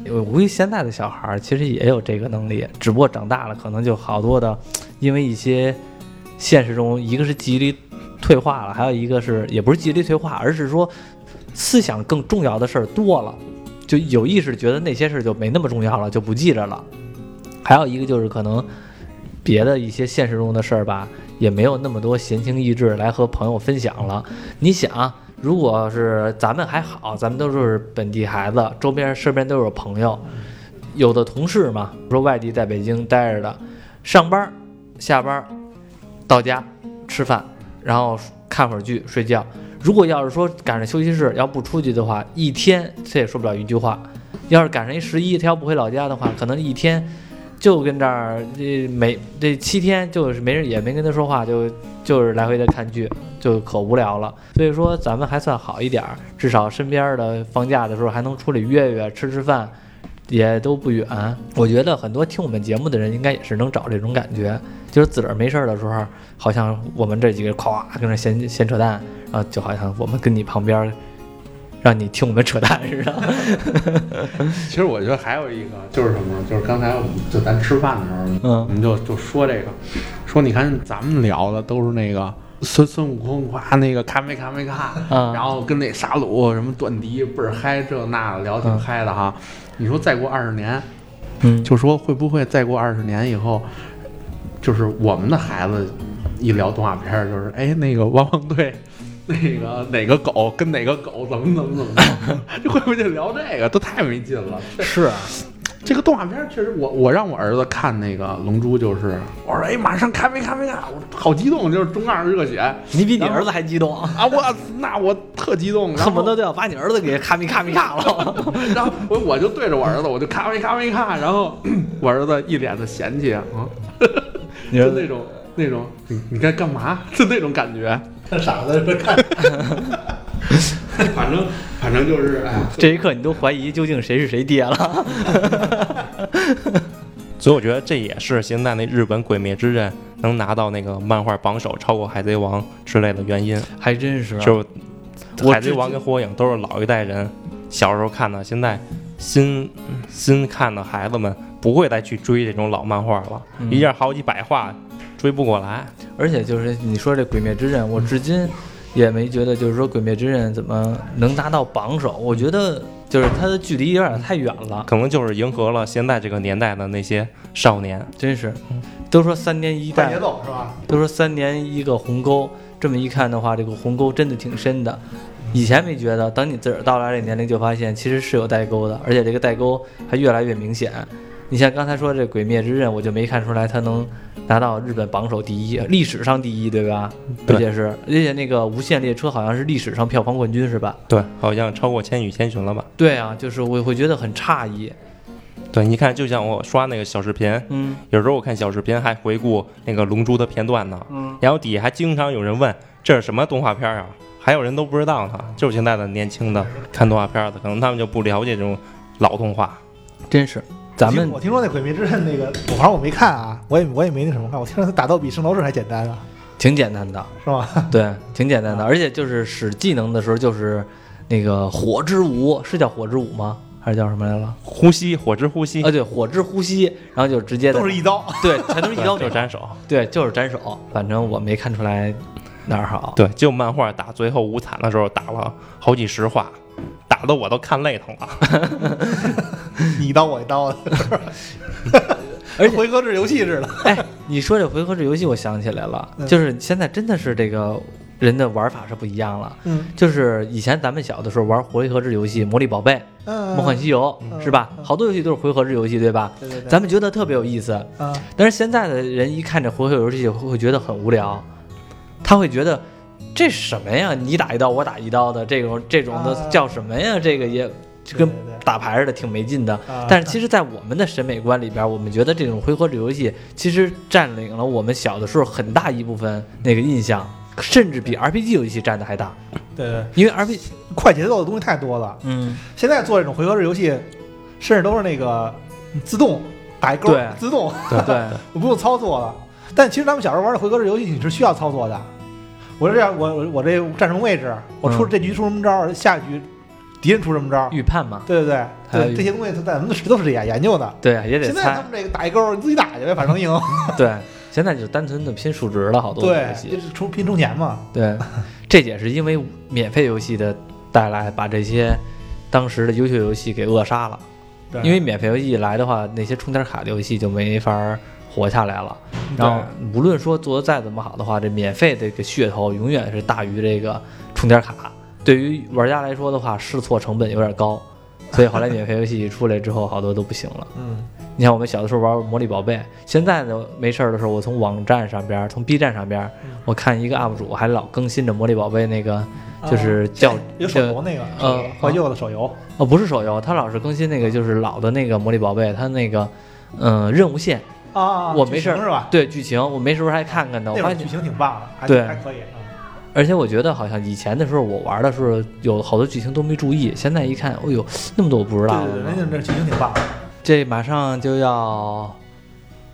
A: 我估计现在的小孩儿其实也有这个能力，只不过长大了可能就好多的，因为一些现实中，一个是记忆力退化了，还有一个是也不是记忆力退化，而是说思想更重要的事儿多了，就有意识地觉得那些事儿就没那么重要了，就不记着了。还有一个就是可能别的一些现实中的事儿吧，也没有那么多闲情逸致来和朋友分享了。你想，啊如果是咱们还好，咱们都是本地孩子，周边身边都有朋友，有的同事嘛，说外地在北京待着的，上班儿、下班儿、到家吃饭，然后看会儿剧睡觉。如果要是说赶上休息室，要不出去的话，一天他也说不了一句话。要是赶上一十一，他要不回老家的话，可能一天就跟这儿这每这七天就是没人也没跟他说话，就就是来回的看剧，就可无聊了。所以说咱们还算好一点儿，至少身边儿的放假的时候还能出来约约吃吃饭，也都不远。我觉得很多听我们节目的人应该也是能找这种感觉，就是自个儿没事儿的时候，好像我们这几个人夸跟那闲闲扯淡，然后就好像我们跟你旁边儿，让你听我们扯淡似的。
D: 其实我觉得还有一个就是什么，就是刚才我们就咱吃饭的时候，
A: 嗯
D: 我们就就说这个，说你看咱们聊的都是那个孙孙悟空夸那个看没看没看，
A: 啊
D: 然后跟那沙鲁什么断笛倍儿嗨，这那的聊挺
A: 嗯
D: 嗨的哈。你说再过二十年，
A: 嗯，
D: 就说会不会再过二十年以后，就是我们的孩子一聊动画片儿，就是哎那个汪汪队， 那个哪个狗跟哪个狗怎么怎么怎么 着，就会不会就聊这个，都太没劲了。
A: 是啊，
D: 这个动画片儿确实我，我让我儿子看那个《龙珠》，就是我说哎马上看没看没看，我好激动，就是中二热血啊！
A: 你比你儿子还激动，
D: 我那我特激动，然后
A: 恨不得都要把你 儿子给咔咪咔咪咔了。
D: 然后我我就对着我儿子，我就咔没咔没咔，然后我儿子一脸的嫌弃啊，
A: 你
D: 就那种那种你你该干嘛？就那种感觉。
E: 看傻子说看，
D: 反正反正就是哎，
A: 这一刻你都怀疑究竟谁是谁爹了。
B: 所以我觉得这也是现在那日本《鬼灭之刃》能拿到那个漫画榜首，超过《海贼王》之类的原因，
A: 还真是
B: 就是《
A: 我
B: 海贼
A: 之
B: 王》跟《火影》都是老一代人小时候看的，现在新
A: 嗯
B: 新看的孩子们不会再去追这种老漫画了，
A: 嗯啊
B: 一页好几百话追不过来。
A: 而且就是你说这《鬼灭之刃》，我至今也没觉得就是说《鬼灭之刃》怎么能拿到榜首。我觉得就是它的距离有点太远了，
B: 可能就是迎合了现在这个年代的那些少年。
A: 真是。都说三年一
E: 快节
A: 代，
E: 奏是吧？
A: 都说三年一个鸿沟，这么一看的话，这个鸿沟真的挺深的。以前没觉得，等你自个儿到了这年龄，就发现其实是有代沟的，而且这个代沟还越来越明显。你像刚才说这《鬼灭之刃》，我就没看出来它能拿到日本榜首第一，历史上第一，对吧？
B: 对
A: 而且是，而且那个《无限列车》好像是历史上票房冠军，是吧？
B: 对，好像超过《千与千寻》了吧？
A: 对啊，就是我会觉得很诧异。
B: 对，你看，就像我刷那个小视频，
A: 嗯
B: 有时候我看小视频还回顾那个《龙珠》的片段呢，
A: 嗯，
B: 然后底下还经常有人问这是什么动画片啊，还有人都不知道呢。就是现在的年轻的看动画片的，可能他们就不了解这种老动画。
A: 真是，咱们
E: 我听说那《鬼灭之刃》那个，我反正我没看啊，我也我也没那什么看，我听说它打斗比圣斗士还简单啊，
A: 挺简单的，
E: 是啊吗？
A: 对，挺简单的，而且就是使技能的时候，就是那个火之舞，是叫火之舞吗？还是叫什么来了？
B: 呼吸，火之呼吸，
A: 啊，对，火之呼吸，然后就直接的
E: 都，是一刀，
A: 对，全都是一
B: 对
A: 刀
B: 就
A: 秒
B: 是，斩首。
A: 对，就是斩首。反正我没看出来哪儿好，
B: 对，就漫画打最后无惨的时候打了好几十话，打的我都看累疼了。
E: 你一刀我一刀的，
A: 而且
E: 回合制游戏似的。
A: 哎，你说这回合制游戏，我想起来了，
E: 嗯
A: 就是现在真的是这个人的玩法是不一样了。
E: 嗯
A: 就是以前咱们小的时候玩回合制游戏，《魔力宝贝》《
E: 嗯，
A: 梦幻西游》
E: 嗯
A: 是吧？
E: 嗯
A: 好多游戏都是回合制游戏，对吧？
E: 对对对，
A: 咱们觉得特别有意思，
E: 啊，
A: 但是现在的人一看这回合游戏会会觉得很无聊，他会觉得这什么呀？你打一刀，我打一刀的，这种这种的
E: 啊
A: 叫什么呀？这个也就
E: 对
A: 跟
E: 对对
A: 打牌似的，挺没劲的。
E: 啊
A: 但是其实，在我们的审美观里边，我们觉得这种回合制游戏其实占领了我们小的时候很大一部分那个印象，甚至比 RPG 游戏占的还大。
E: 对对，
A: 因为 RPG，
E: 快节奏的东西太多了。
A: 嗯，
E: 现在做这种回合制游戏，甚至都是那个自动打一勾
A: 对，
E: 自动，
A: 对，
E: 我不用操作了。但其实咱们小时候玩的回合制游戏，你是需要操作的。我这样，我我我这站什么位置，我出
A: 嗯
E: 这局出什么招，下一局敌人出什么招，
A: 预判嘛，
E: 对对对
A: 还有
E: 对，这些东西在咱们都是这样研究的。
A: 对啊，也得
E: 现在他
A: 猜，
E: 们这个打一勾，你自己打去呗，反正赢。
A: 对。现在就单纯的拼数值了，好多
E: 对
A: 游，戏
E: 这。是充拼充钱嘛。
A: 对，这也是因为免费游戏的带来，把这些当时的优秀游戏给扼杀了。
E: 对
A: 因为免费游戏一来的话，那些充点卡的游戏就没法儿活下来了。然后无论说做的再怎么好的话，这免费这个噱头永远是大于这个充点卡。对于玩家来说的话，试错成本有点高，所以后来免费游戏一出来之后，好多都不行了。
E: 嗯，
A: 你像我们小的时候玩《魔力宝贝》，现在呢没事儿的时候，我从网站上边儿，从 B 站上边儿
E: 嗯，
A: 我看一个 UP 主还老更新着《魔力宝贝》那个，
E: 啊
A: 就是叫、
E: 有手游那个，
A: 呃
E: 怀旧的手游，
A: 哦不是手游，他老是更新那个就是老的那个《魔力宝贝》，他那个嗯、呃任务线
E: 啊，
A: 我没事儿
E: 剧情是吧？
A: 对剧情，我没时候还看看呢。我
E: 那会
A: 发
E: 儿剧
A: 现，
E: 情挺棒的，还
A: 对
E: 还可以。啊
A: 而且我觉得好像以前的时候我玩的时候有好多剧情都没注意，现在一看，哎呦那么多我啊不知道
E: 嗯
A: 了
E: 对对
A: 呢
E: 对，那那剧情挺棒的。
A: 这马上就要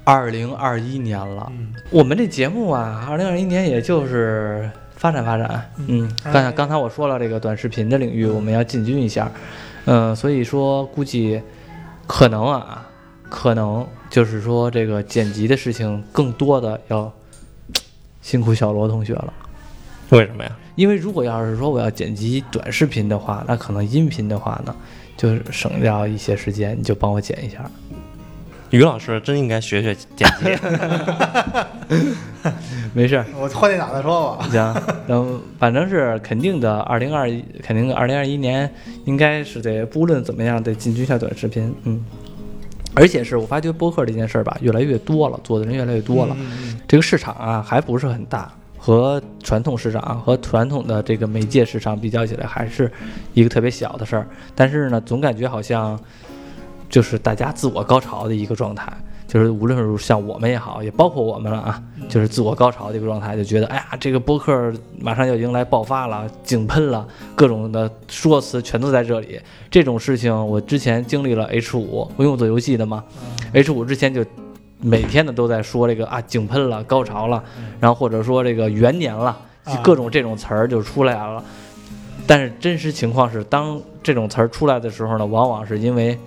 A: 二零二一年了。
E: 嗯，
A: 我们这节目啊，二零二一年也就是发展发展，嗯，刚才
E: 哎
A: 刚才我说了，这个短视频的领域我们要进军一下，嗯、所以说估计可能啊，可能就是说这个剪辑的事情更多的要辛苦小罗同学了，
B: 为什么呀？
A: 因为如果要是说我要剪辑短视频的话，那可能音频的话呢，就是省掉一些时间，你就帮我剪一下。
B: 于老师真应该学学剪辑。
A: 没事儿，
E: 我换电脑再说吧。
A: 行，嗯，反正是肯定的，二零二一，肯定二零二一年应该是得不论怎么样得进军一下短视频，嗯。而且是我发觉播客这件事儿吧，越来越多了，做的人越来越多了，
E: 嗯
A: 这个市场啊还不是很大，和传统市场和传统的这个媒介市场比较起来，还是一个特别小的事儿。但是呢，总感觉好像就是大家自我高潮的一个状态，就是无论是像我们也好，也包括我们了啊，就是自我高潮的一个状态，就觉得哎呀，这个播客马上要迎来爆发了，井喷了，各种的说辞全都在这里。这种事情我之前经历了 H 五，因为我做游戏的嘛，H
E: 嗯
A: 五之前就每天的都在说这个啊井喷了，高潮了，然后或者说这个元年了
E: 啊，
A: 各种这种词儿就出来了。但是真实情况是，当这种词儿出来的时候呢，往往是因为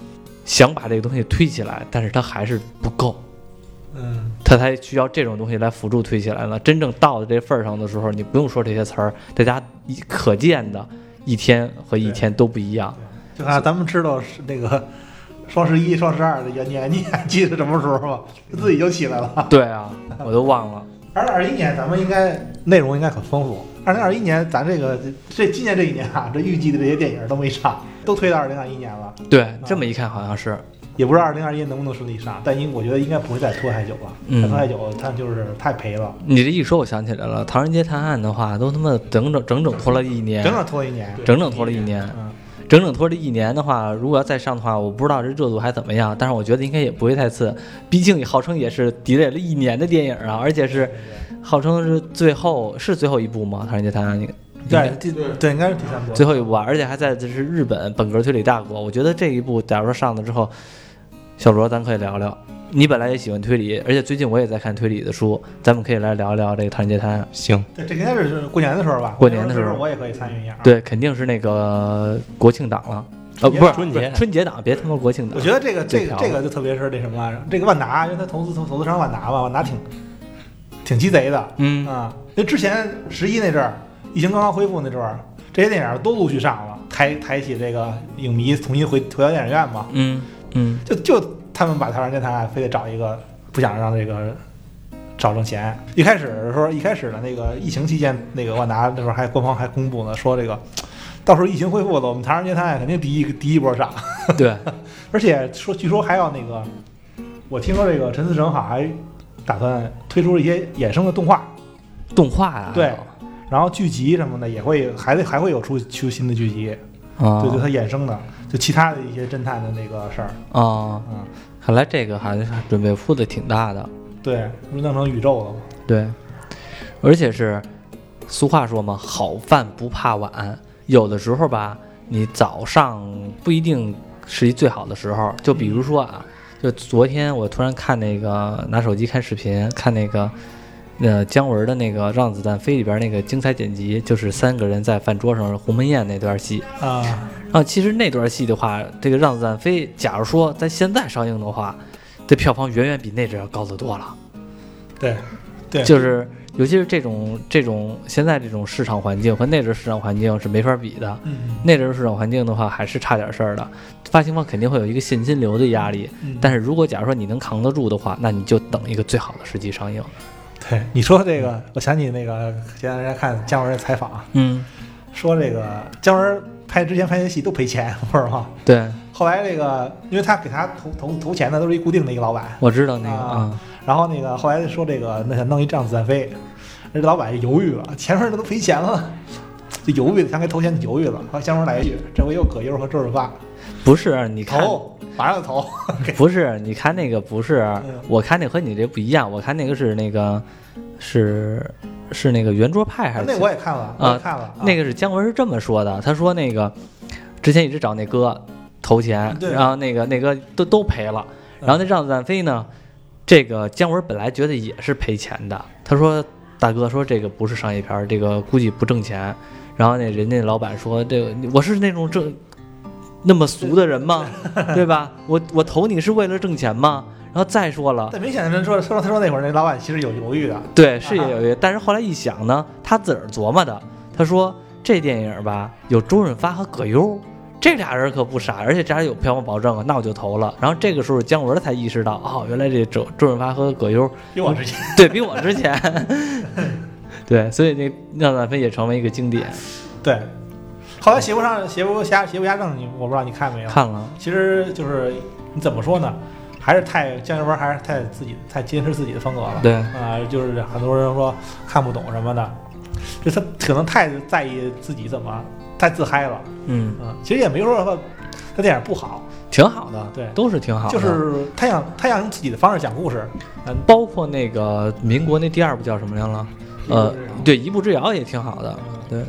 A: 想把这个东西推起来，但是它还是不够，
C: 嗯，
A: 他才需要这种东西来辅助推起来呢。真正到了这份儿上的时候，你不用说这些词儿，大家一可见的一天和一天都不一样。
C: 就看咱们知道是那个双十一、双十二的元年，你还记得什么时候吗？自己就起来了。
A: 对啊，我都忘了。
C: 二零二一年咱们应该内容应该很丰富。二零二一年咱这个这今年这一年啊，这预计的这些电影都没上，都推到二零二一年了，
A: 对，这么一看好像是，
C: 也不知道二零二一能不能顺利上，但应我觉得应该不会再拖太久了，
A: 嗯
C: 再拖太久他就是太赔了，
A: 你这一说，我想起来了，《唐人街探案》的话，都他妈整整整整拖了一年，
C: 整整拖一年。
A: 整整拖了一年，
C: 嗯，
A: 整整拖了一年的话，如果要再上的话，我不知道这热度还怎么样，但是我觉得应该也不会太次，毕竟号称也是积累了一年的电影啊，而且是号称是最后是最后一部吗？《唐人街探案》那个
C: 对，第对应该是第三波。
A: 最后一部吧，而且还在这是日本本格推理大国，我觉得这一部假如说上了之后，小罗咱可以聊聊。你本来也喜欢推理，而且最近我也在看推理的书，咱们可以来聊聊这个《唐人街探案》。
B: 行，
C: 对，这应该是过年的时候吧？
A: 过年的时候
C: 我也可以参与一下。，啊
A: 对，肯定是那个国庆档了，呃，
C: 春节
A: 不是
B: 春
A: 不是
B: 节
A: 春节档，别他妈国庆档。
C: 我觉得这个
A: 嗯
C: 这
A: 这
C: 个
A: 条
C: 这个就特别是那什么，这个万达，因为他投资投投资商万达嘛，万达挺挺鸡贼的
A: 嗯，
C: 啊。因为之前十一那阵儿，疫情刚刚恢复那阵儿，这些电影都陆续上了，抬抬起这个影迷重新回回到电影院嘛。
A: 嗯嗯，
C: 就就他们把《唐人街探案》非得找一个不想让这个找挣钱。一开始的时候，一开始的那个疫情期间，那个万达那时候还官方还公布呢，说这个到时候疫情恢复了，我们《唐人街探案》肯定第一第一波上，
A: 对，
C: 而且说据说还要那个，我听说这个陈思诚好像还打算推出一些衍生的动画，
A: 动画啊呀、
C: 对然后剧集什么的也会还得还会有出出新的剧集，
A: 啊，
C: 对对，它衍生的就其他的一些侦探的那个事儿，
A: 啊，
C: 嗯，
A: 看来这个还是准备铺的挺大的，
C: 对，不是弄成宇宙了吗？
A: 对，而且是俗话说嘛，好饭不怕晚，有的时候吧，你早上不一定是一最好的时候，就比如说啊，就昨天我突然看那个拿手机看视频，看那个。呃，姜文的那个《让子弹飞》里边那个精彩剪辑，就是三个人在饭桌上鸿门宴那段戏。
C: 啊、
A: 啊，其实那段戏的话，这个《让子弹飞》，假如说在现在上映的话，这票房远远比那只要高得多了。
C: 对，对
A: 就是尤其是这种这种现在这种市场环境和那阵市场环境是没法比的。
C: 嗯，
A: 那阵市场环境的话，还是差点事儿的。发行方肯定会有一个现金流的压力，
C: 嗯
A: 但是如果假如说你能扛得住的话，那你就等一个最好的时机上映。
C: 对你说这个，我想起那个前段时间看姜文的采访，
A: 嗯，
C: 说这个姜文拍之前拍些戏都赔钱，不是吗？
A: 对，
C: 后来这个，因为他给他投投投钱的都是一固定的一个老板，
A: 我知道那个
C: 啊，然后那个后来说这个那想弄一让子弹飞，那老板就犹豫了，前面都赔钱了， 就犹豫了，想给投钱就犹豫了，后来姜文来一句，这回又葛优和周润发
A: 嗯不是
C: 哦
A: 你看，
C: 投，马上就投，
A: 不是你看那个不是，
C: 嗯
A: 我看那和你这不一样，我看那个是那个是是那个圆桌派还是
C: 啊
A: 啊
C: 那我也看了，我也看了，啊
A: 那个是姜文是这么说的，他说那个之前一直找那哥投钱，
C: 对嗯
A: 然后那个那个都都赔了，然后那让子弹飞呢，这个姜文本来觉得也是赔钱的，他说大哥说这个不是商业片儿，这个估计不挣钱，然后那人家老板说这个我是那种挣那么俗的人 吗？对吧？我我投你是为了挣钱吗？然后再说了，
C: 但明显的说说他说那会儿那老板其实有犹豫的，
A: 对，是也有
B: 啊
A: 一个，但是后来一想呢，他自个儿琢磨的，他说这电影吧，有周润发和葛优，这俩人可不傻，而且这俩有票房保证啊，那我就投了。然后这个时候姜文才意识到，哦，原来这周周润发和葛优
C: 比我之前。
A: 对比我之前， 对，所以那《让子弹飞》也成为一个经典。
B: 哎
C: 对，后来邪不上邪不瞎邪不压正，你我不知道你看没有？
A: 看了，
C: 其实就是你怎么说呢，还是太姜育文还是太自己太坚持自己的风格了。
A: 对
C: 啊、就是很多人说看不懂什么的，就他可能太在意自己怎么太自嗨了。
A: 嗯，
C: 嗯，其实也没说他他电影不好，
A: 挺好的，
C: 对
A: 都是挺好的，
C: 就是他想他想用自己的方式讲故事。
A: 包括那个民国那第二部叫什么来了？呃，对，《一步之遥》也挺好的，对，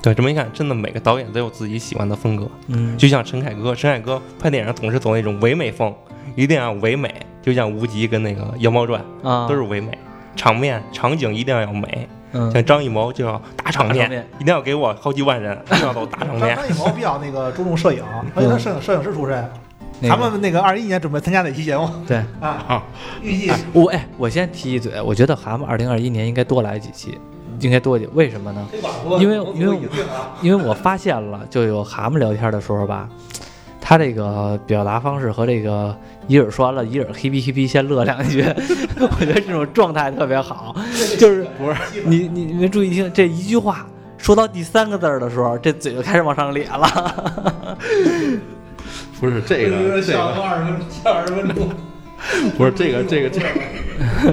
B: 对，这么一看，真的每个导演都有自己喜欢的风格，
A: 嗯，
B: 就像陈凯歌，陈凯歌拍电影总是走那种唯美风，一定要唯美，就像《无极》跟那个《妖猫传》
A: 啊，
B: 都是唯美，场面场景一定要美，
A: 嗯，
B: 像张艺谋就要大
A: 大场
B: 场面，
A: 面
B: 一定要给我好几万人，一定要走大场
C: 张
B: 面。
C: 啊张艺谋比较那个注重摄影，而且他摄影摄影师出身，
A: 那
C: 咱
A: 个
C: 们那个二一年准备参加哪期节目
A: 对
C: 啊？预计
A: 哎我哎，我先提一嘴，我觉得蛤蟆二零二一年应该多来几期，应该多一点。为什么呢？
C: 推广播
A: 因为因为
C: 已经定了啊，
A: 因为我发现了，就有蛤蟆聊天的时候吧，他这个表达方式和这个一耳说完了，一耳嘿哔嘿哔先乐两句， 我觉得这种状态特别好。就是
C: 不是
A: 你你你们注意听，这一句话说到第三个字儿的时候，这嘴就开始往上咧了。
D: 不是这个，这
C: 笑
D: 个
C: 了二十分笑二十分钟，
D: 不是这个，这个这个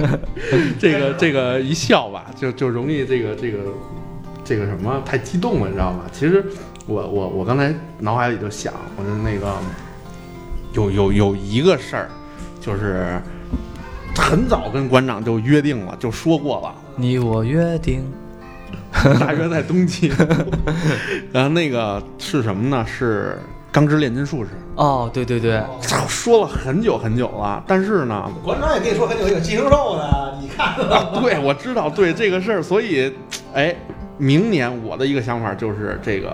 D: 这个这个一笑吧，就就容易这个这个这个什么太激动了，你知道吗？其实我我我刚才脑海里就想，我就那个有有有一个事儿，就是很早跟馆长就约定了，就说过了。
A: 你我约定，
D: 大约在冬季。 然后那个是什么呢？是钢之炼金术士。
A: 哦，对对对，
D: 操说了很久很久了，但是呢，
C: 馆长也跟你说很久有寄生兽呢，你看了
D: 啊， 对我知道，对这个事儿，所以，哎，明年我的一个想法就是这个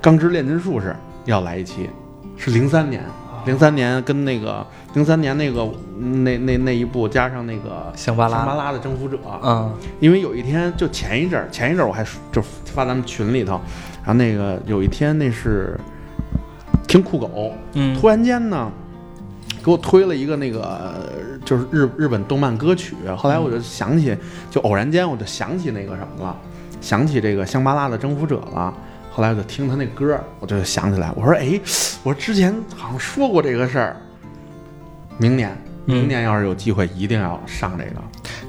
D: 钢之炼金术士要来一期，是零三年，
C: 啊
D: 零三年跟那个零三年那个那那那一部加上那个
A: 香巴
D: 香巴
A: 拉，
D: 拉的征服者，
A: 嗯
D: 因为有一天就前一阵儿，前一阵儿我还说就发咱们群里头，然后那个有一天那是听酷狗，
A: 嗯
D: 突然间呢给我推了一个那个呃就是日日本动漫歌曲，后来我就想起，就偶然间我就想起那个什么了，想起这个香巴拉的征服者了。后来我就听他那歌，我就想起来，我说哎，我说之前好像说过这个事儿。明年，明年要是有机会，一定要上这个。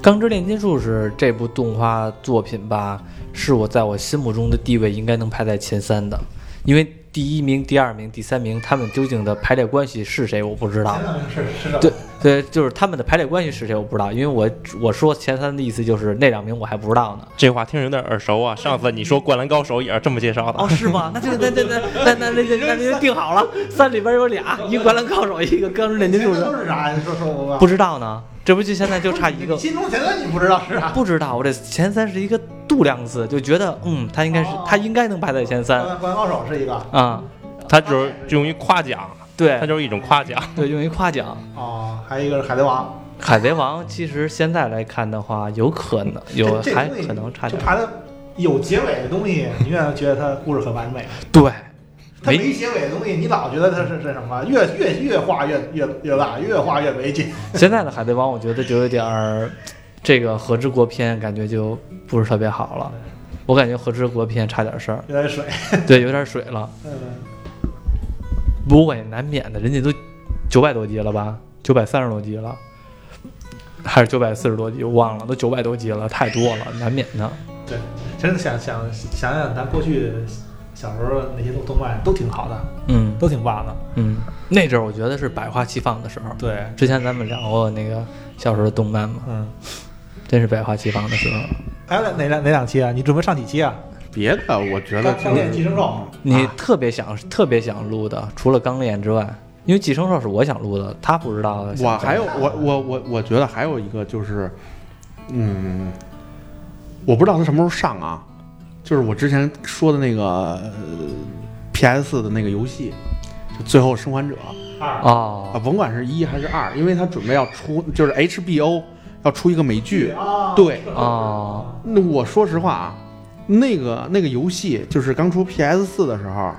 A: 《钢之炼金术士》这部动画作品吧，是我在我心目中的地位应该能排在前三的，因为第一名、第二名、第三名，他们究竟的排列关系是谁，我不知道。
C: 是是的，
A: 对对，就是他们的排列关系是谁，我不知道，因为我我说前三的意思就是那两名我还不知道呢。
B: 这话听着有点耳熟啊！上次你说《灌篮高手》也是这么介绍的，
A: 哦，是吗？那就那那那那那那那那就定好了，三里边有俩，一个《灌篮高手》，一个《钢之炼金术士
C: 都》，是啥？你说说我吧。
A: 不知道呢，这不就现在就差一个
C: 你。心中前三你不知道是啥？
A: 不知道，我这前三是一个度量词，就觉得嗯，他应该是、
C: 哦
A: 他应该能排在前三
C: 灌篮高手是一个
A: 啊、
B: 它就是就用于夸奖，它
A: 对
B: 就是一种夸奖。
A: 对，用于夸奖。
C: 哦，还有一个是海贼王，
A: 海贼王其实现在来看的话，有可能有
C: 这这
A: 还
C: 东西
A: 可能差
C: 就
A: 点，
C: 排的有结尾的东西，你越觉得它故事很完美；
A: 对，
C: 它
A: 没
C: 没结尾的东西，你老觉得它是是什么，越越越画越越越烂，越画越没劲。
A: 现在的海贼王我觉得就有点儿这个和之国篇感觉就不是特别好了，我感觉和之国篇差点事儿，
C: 有点水，
A: 对，有点水了。
C: 嗯，
A: 不过也难免的，人家都九百多集了吧，九百三十多集了，还是九百四十多集，我忘了，都九百多集了，太多了，难免的。
C: 真的想想想想咱过去小时候那些动动漫都挺好的，
A: 嗯
C: 都挺棒的。
A: 嗯，那阵儿我觉得是百花齐放的时候。
C: 对，
A: 之前咱们聊过那个小时候的动漫嘛，
C: 嗯，哎
A: 真是百花齐放的时候。
C: 还有哪哪两哪两期啊？你准备上几期啊？
D: 别的我觉得
C: 刚
D: 就
C: 刚练
D: 是
C: 寄生兽，啊
A: 你特别想、特别想录的，除了钢炼之外，因为寄生兽是我想录的，他不知道。
D: 我还有我我我我觉得还有一个就是，嗯，我不知道它什么时候上啊，就是我之前说的那个呃 PS 的那个游戏，就《最后生还者》啊，
A: 哦，
D: 甭管是一还是二，因为它准备要出，就是 HBO 要出一个美剧，
C: 啊，
D: 对，
A: 哦，
D: 那我说实话啊，那个那个游戏就是刚出 PS 四的时候，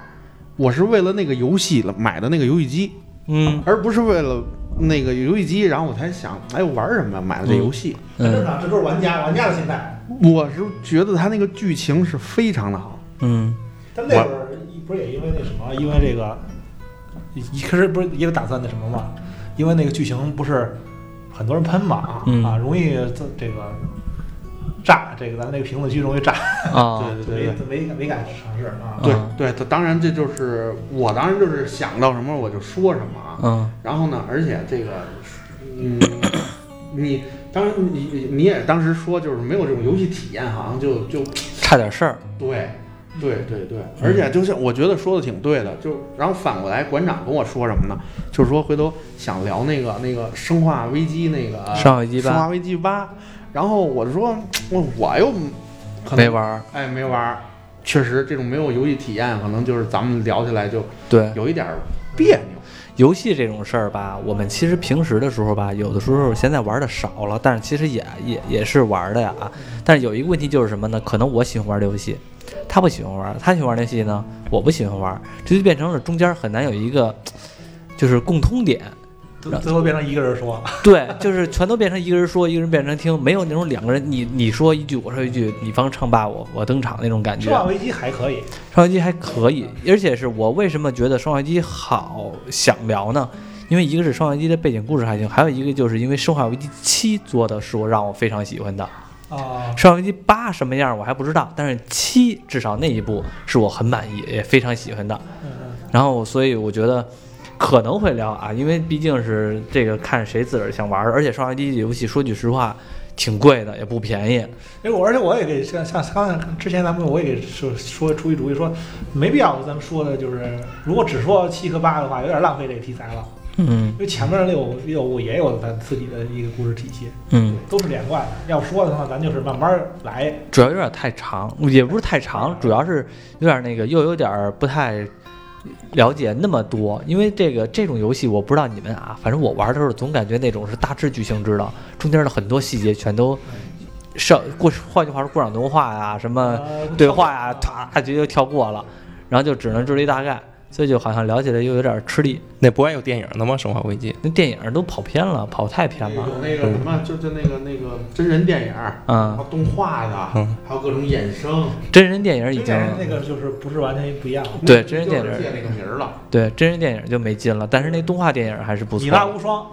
D: 我是为了那个游戏了买的那个游戏机。
A: 嗯
D: 而不是为了那个游戏机，然后我才想，哎，我玩什么呀？买了这游戏，
C: 很正
A: 嗯
C: 常，这都是玩家玩家的心态。
D: 我是觉得它那个剧情是非常的好。
A: 嗯，
C: 但那会儿不是也因为那什么，因为这个，一开始不是也打算那什么嘛？因为那个剧情不是很多人喷嘛，
A: 嗯
C: 啊，容易这这个炸，这个咱们这个评论区容易炸，
A: 哦，
D: 对
C: 没没没敢尝试啊。
D: 对
A: 嗯
D: 对，它当然这就是我，当然就是想到什么我就说什么啊。
A: 嗯
D: 然后呢，而且这个，嗯，你当然你你也当时说就是没有这种游戏体验，好像就就
A: 差点事儿。
D: 对。对对对，而且就是我觉得说的挺对的，就然后反过来馆长跟我说什么呢？就是说回头想聊那个那个《生化危机》那个
A: 生化危机八
D: 生化危机八，然后我就说我我又可能
A: 没玩儿，
D: 哎没玩儿，确实这种没有游戏体验，可能就是咱们聊起来就
A: 对，
D: 有一点儿别扭。
A: 游戏这种事儿吧，我们其实平时的时候吧，有的时候现在玩的少了，但是其实也也也是玩的呀。但是有一个问题就是什么呢？可能我喜欢玩游戏，他不喜欢玩，他喜欢玩游戏呢，我不喜欢玩，这就变成了中间很难有一个就是共通点。
C: 最最后变成一个人说，
A: 对，就是全都变成一个人说，一个人变成听，没有那种两个人你你说一句我说一句，你方唱罢我我登场那种感觉。
C: 生化危机还可以，
A: 生化危机还可以，而且是我为什么觉得生化危机好想聊呢？因为一个是生化危机的背景故事还行，还有一个就是因为生化危机七做的是我让我非常喜欢的。
C: 啊，
A: 生化危机八什么样我还不知道，但是七至少那一部是我很满意也非常喜欢的。
C: 嗯嗯，
A: 然后所以我觉得可能会聊啊，因为毕竟是这个看谁自个儿想玩儿，而且《生化危机》游戏说句实话挺贵的，也不便宜。
C: 哎，我而且我也给像像刚才之前咱们我也给说说出一主意说，没必要咱们说的就是，如果只说七和八的话，有点浪费这个题材了，
A: 嗯
C: 因为前面六六也有咱自己的一个故事体系，
A: 嗯，
C: 都是连贯的。要说的话，咱就是慢慢来，
A: 主要有点太长，也不是太长，主要是有点那个又有点儿不太。了解那么多，因为这个这种游戏我不知道你们啊，反正我玩的时候总感觉那种是大致剧情知道，中间的很多细节全都上过，换句话说过场动画呀、什么
C: 呃
A: 对话呀、啪就就跳过了，然后就只能知道一大概，所以就好像聊起来又有点吃力。
B: 那不还有电影呢吗？《生化危机》
A: 那电影都跑偏了，跑太偏了。
D: 有那个什么，就是那个那个真人电影儿，然
A: 嗯
D: 后，动画的，
B: 嗯，
D: 还有各种衍生，
A: 真人电影已
C: 之
A: 经
C: 前那个就是不是完全不一样了。
A: 对真人电影
D: 就是借那个名儿了。
A: 对真人电影就没劲了，但是那动画电影还是不错
C: 米
A: 的。
C: 拉无双，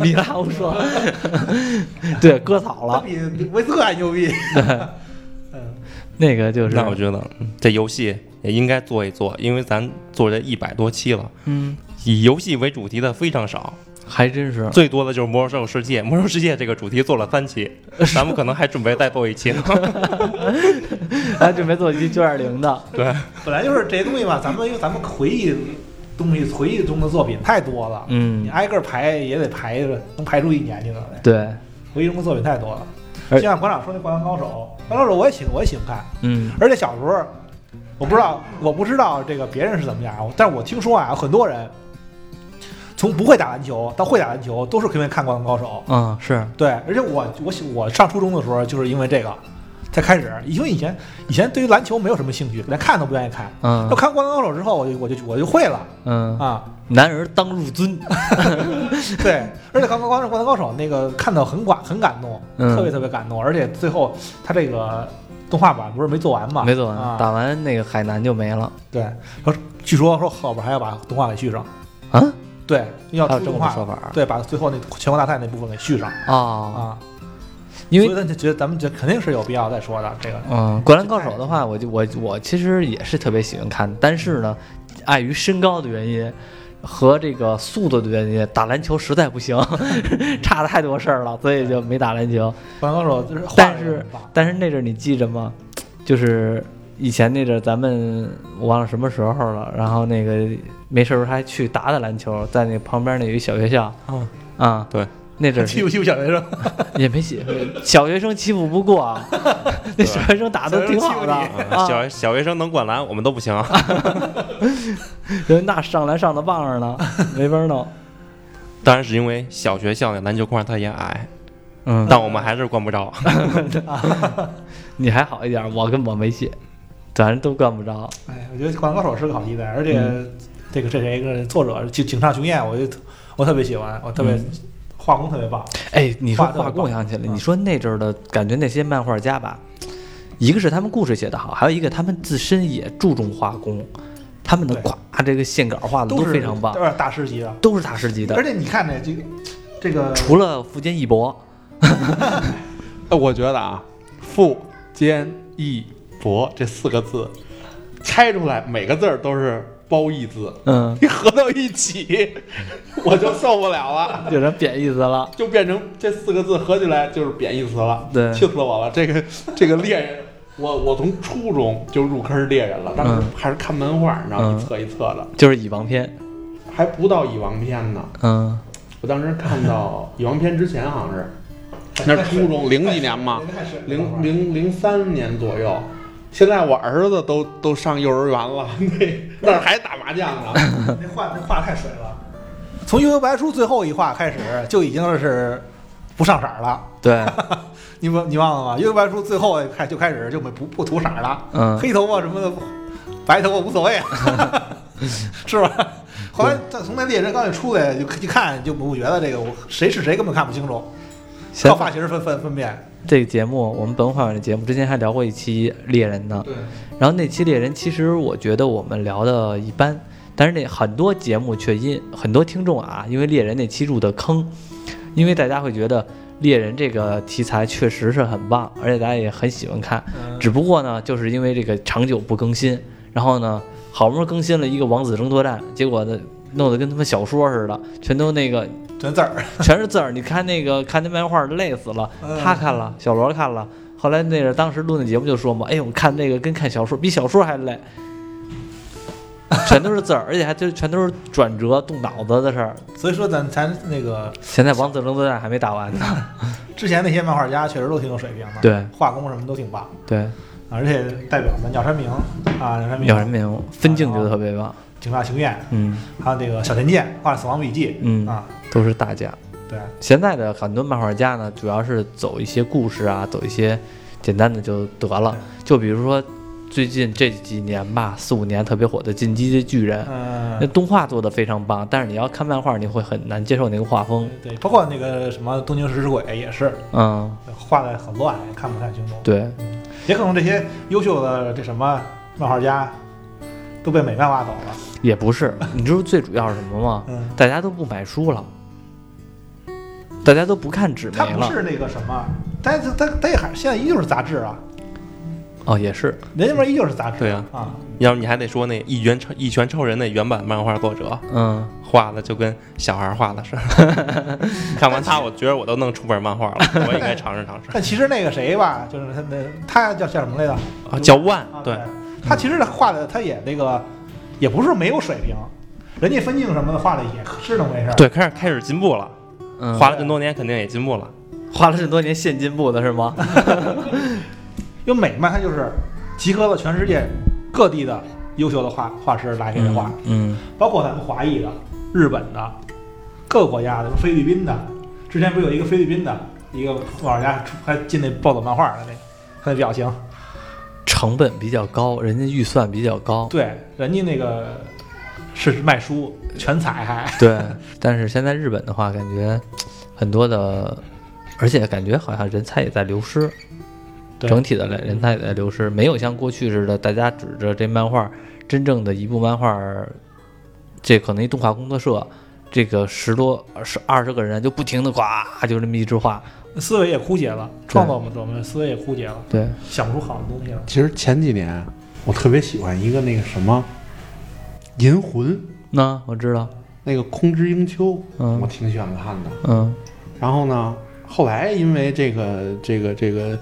A: 米拉无双， 对割草
C: 他
A: 了，
C: 比维斯克还牛逼。嗯，
A: 那个就是
B: 那我觉得嗯这游戏也应该做一做，因为咱做这一百多期了，
A: 嗯，
B: 以游戏为主题的非常少，
A: 还真是
B: 最多的就是《魔兽世界》。《魔兽世界》这个主题做了三期，咱们可能还准备再做一期呢。
A: 咱哎准备做一期九点零 的，
B: 对，
C: 本来就是这些东西嘛，咱们因为咱们回忆东西，回忆中的作品太多了，你
A: 嗯，
C: 挨个排也得排着，能排出一年去了。
A: 对，
C: 回忆中的作品太多了，
A: 而
C: 就像馆长说那《灌篮高手》，《灌篮高手》我也喜我也喜欢看，
A: 嗯
C: 而且小时候我不知道我不知道这个别人是怎么样，但是我听说啊，很多人从不会打篮球到会打篮球，都是因为看《灌篮高手》。
A: 嗯是，
C: 对，而且我我喜我上初中的时候就是因为这个才开始，因为以前以前对于篮球没有什么兴趣，连看都不愿意看。要
A: 嗯
C: 看《灌篮高手》之后，我就我就我就会了
A: 嗯，
C: 啊。
A: 男儿当入樽，
C: 对，而且看《灌篮灌篮高手》那个看到很感很感动，
A: 嗯
C: 特别特别感动。而且最后他这个动画版不是没做完嘛？
A: 没做完，
C: 啊
A: 打完那个海南就没了
C: 对，说据说说后边还要把动画给续上，
A: 啊，
C: 对，要
A: 还有
C: 出
A: 这
C: 动
A: 么
C: 画
A: 个，说法儿
C: 对，把最后那全国大赛那部分给续上
A: 啊？
C: 啊。
A: 因为
C: 所以咱就觉得咱们这肯定是有必要再说的这个。
A: 嗯，《灌篮高手》的话，我就我我其实也是特别喜欢看，但是呢，碍于身高的原因和这个速度的原因，打篮球实在不行， 差太多事儿了，所以就没打篮球。
C: 灌篮高手就是画
A: 但
C: 得
A: 是
C: 很棒
A: 但是那阵儿你记着吗？就是以前那阵儿咱们我忘了什么时候了，然后那个没事儿还去打打篮球，在那旁边那有一小学校，
C: 嗯
A: 啊，
B: 对，
A: 那阵儿
C: 欺负欺负小学生，
A: 也没欺负，小学生欺负不过啊，那小学生打的挺好的啊，
B: 小小学生能灌篮，我们都不行。啊
A: 人那上篮上的棒着呢，没法弄。
B: 当然是因为小学校的篮球框它也矮，
A: 嗯，
B: 但我们还是灌不着。
A: 你还好一点，我跟我没戏，咱都干不着。
C: 哎，我觉得《灌篮高手》是个好题材，而且
A: 嗯
C: 这个这谁一个作者井井上雄彦，我就我特别喜欢，我特别、
A: 嗯
C: 画工特别棒。
A: 哎，你说
C: 画得
A: 画工，
C: 棒
A: 我想起来，
C: 嗯
A: 你说那阵儿的感觉，那些漫画家吧，一个是他们故事写得好，还有一个他们自身也注重画工，他们的
C: 对
A: 咵这个线稿画的
C: 都是
A: 非常棒，
C: 都是大师级的。
A: 都是大师级
C: 而
A: 的，
C: 且你看这这个这个，
A: 除了福建一博，
D: 呃，我觉得啊，富坚义博这四个字拆出来，每个字儿都是褒义字，
A: 嗯，
D: 你合到一起，我就受不了了。
A: 有点贬义词了。
D: 就变成这四个字合起来就是贬义词了，
A: 对
D: 气死我了！这个这个猎人，我我从初中就入坑猎人了，当时
A: 嗯
D: 还是看漫画，然后
A: 嗯
D: 一册一册的，
A: 就是蚁王篇，
D: 还不到蚁王篇呢。
A: 嗯，
D: 我当时看 到蚁王篇之前好像是，那是初中零几年嘛，
C: 那是
D: 零零零三年左右。现在我儿子都 都上幼儿园了，那那儿还打麻将呢。
C: 那画那画太水了。从《幽游白书》最后一话开始就已经是不上色儿了。
A: 对，
C: 你忘你忘了吗？《幽游白书》最后开就开始就没不不涂色儿了，
A: 嗯，
C: 黑头发什么的，白头发无所 谓，是吧？后来他从那猎人刚一出来，就一看就不觉得这个我谁是谁根本看不清楚，
A: 行
C: 靠，发型分分分辨。
A: 这个节目我们本款的节目之前还聊过一期猎人呢，
C: 对，
A: 然后那期猎人其实我觉得我们聊的一般，但是那很多节目却因很多听众啊，因为猎人那期入的坑，因为大家会觉得猎人这个题材确实是很棒，而且大家也很喜欢看，
C: 嗯，
A: 只不过呢，就是因为这个长久不更新，然后呢，好不容易更新了一个王子争夺战，结果呢，弄得跟他妈小说似的，全都那个
C: 全字儿。
A: 全是字儿。你看那个看那漫画累死了，他看了，小罗看了。后来那个当时录那节目就说嘛，哎呦，我看那个跟看小说比小说还累，全都是字儿，而且还就全都是转折动脑子的事儿。
C: 所以说咱咱那个
A: 现在王子争夺战还没打完呢。
C: 之前那些漫画家确实都挺有水平的，
A: 对
C: 画工什么都挺棒，
A: 对，
C: 而且代表的鸟山明啊，鸟山明、
A: 有什么用？分镜就特别棒，
C: 警察情愿，
A: 嗯
C: 还有那个小田健画《死亡笔记》
A: 嗯，
C: 啊，
A: 都是大家。
C: 对，
A: 现在的很多漫画家呢，主要是走一些故事啊，走一些简单的就得了。就比如说最近这几年吧，四五年特别火的《进击的巨人》，
C: 嗯
A: 那，动画做的非常棒，但是你要看漫画，你会很难接受那个画风。
C: 对，包括那个什么《东京食尸鬼》也是
A: 嗯，
C: 画的很乱，也看不太清楚。
A: 对，
C: 也可能这些优秀的这什么漫画家都被美漫挖走了。
A: 也不是。你知道最主要是什么吗？
C: 嗯，
A: 大家都不买书了，大家都不看纸媒
C: 他不
A: 了。
C: 是那个什么，但是他他也还现在依旧是杂志啊，
A: 哦，也是，
C: 人家那边依旧是杂志。
B: 对啊
C: 啊，
B: 要不你还得说那一拳超一拳超人那原版漫画作者
A: 嗯，
B: 画的就跟小孩画的似的。 看完他，我觉得我都能出本漫画了，我也该尝试尝 试。
C: 但其实那个谁吧，就是他那他叫叫什么来着？
B: 啊，叫万
C: 啊，
B: 对，，
C: 他其实画的他也那个也不是没有水平，人家分镜什么的画的也是那么回事儿。
B: 对，开始开始进步了，
A: 嗯，
B: 画了这么多年，肯定也进步了。
A: 花了这么多年现进步的是吗？
C: 因为美漫它就是集合了全世界各地的优秀的画画师来给他画，
A: 嗯，
C: 包括咱们华裔的、日本的、各个国家的，菲律宾的。之前不是有一个菲律宾的一个漫画家出还进那暴走漫画了那个，他的表情，
B: 哦
A: 成本比较高，人家预算比较高。
C: 对，人家那个是卖书全彩还，
A: 对，但是现在日本的话，感觉很多的，而且感觉好像人才也在流失，
C: 对
A: 整体的人人才也在流失，没有像过去似的，大家指着这漫画，真正的一部漫画，这可能一动画工作社，这个十多十二十个人就不停的呱，就这么一直画。
C: 思维也枯竭了，创作者们思维也枯竭了，
A: 对，
C: 想不出好的东西了。
D: 其实前几年我特别喜欢一个那个什么《银魂》，
A: 那我知道，
D: 那个空之英秋，我
A: 嗯
D: 挺喜欢看的。
A: 嗯
D: 然后呢，后来因为这个这个这个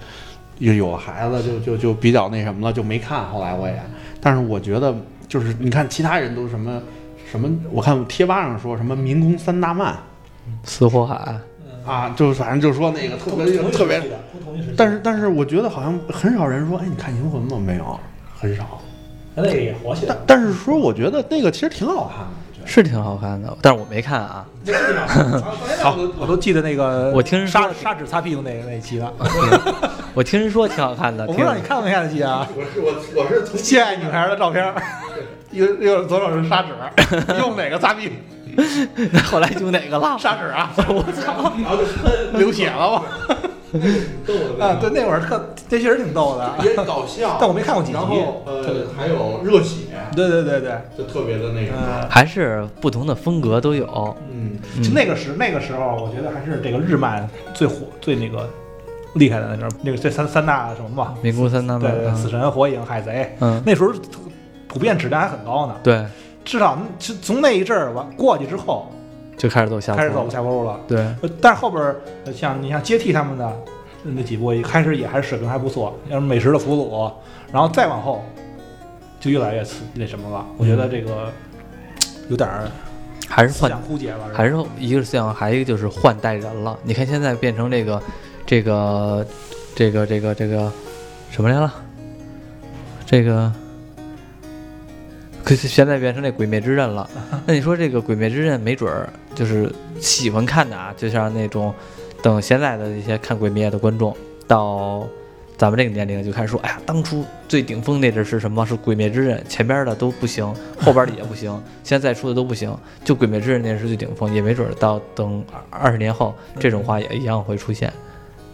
D: 又有了孩子，就就就比较那什么了，就没看。后来我也，但是我觉得就是你看其他人都什么什么，我看贴吧上说什么民工三大慢
A: 死火海，
D: 啊，就是反正就说那个特别特别，
C: 不同意识，
D: 但是但是我觉得好像很少人说，哎，你看《银魂》吗？没有，很少。
C: 那个也火起来
D: 但
C: 了。
D: 但是说，我觉得那个其实挺好看啊的。我觉得
A: 是挺好看的，但是我没看 啊。
C: 好，我都记得那个，
A: 我听人说
C: 砂砂纸擦屁股那个那一期了。
A: 我听人说挺好看的，
C: 我不
A: 挺
C: 知道你看没看得 记啊？
D: 我是我我是从
C: 心爱女孩的照片，右右左手是砂纸， 用哪个擦屁股？
A: 后来就哪个了？
C: 砂纸啊！我操，流血了吗？
D: 逗
A: 嗯
D: 的
C: 啊，对，那会儿特这确实挺逗的，
D: 也搞笑
C: 但我没看过几集
D: 然。后呃，还有热血，
C: 对对对对，
D: 就特别的那个，
C: 嗯，
A: 还是不同的风格都有。
D: 嗯，
C: 就
A: 嗯
C: 那个时那个时候，我觉得还是这个日漫最火最那个厉害的那阵儿，那个这三三大什么嘛，
A: 民工三大
C: 对
A: 漫，
C: 对，死神、火影、海贼，
A: 嗯，
C: 那时候普遍质量还很高呢。
A: 对，
C: 至少是从那一阵儿完过去之后，
A: 就开始走下坡，
C: 开始走下坡路了。
A: 对，
C: 呃但是后边儿呃像你像接替他们的那几部，开始也还是水平还不错，像美食的俘虏，然后再往后就越来越次那什么了。我觉得这个有点儿
A: 还是
C: 思
A: 换，
C: 想枯竭了，
A: 还
C: 是
A: 是一个是这样，还有一个就是换代人了。你看现在变成这个，这个，这个，这个，这个什么来了？这个。可是现在变成那《鬼灭之刃》了，那你说这个《鬼灭之刃》没准儿就是喜欢看的啊，就像那种等现在的一些看《鬼灭》的观众，到咱们这个年龄就开始说，哎呀，当初最顶峰那阵是什么？是《鬼灭之刃》，前边的都不行，后边的也不行，现在出的都不行，就《鬼灭之刃》那是最顶峰，也没准儿到等二十年后，这种话也一样会出现，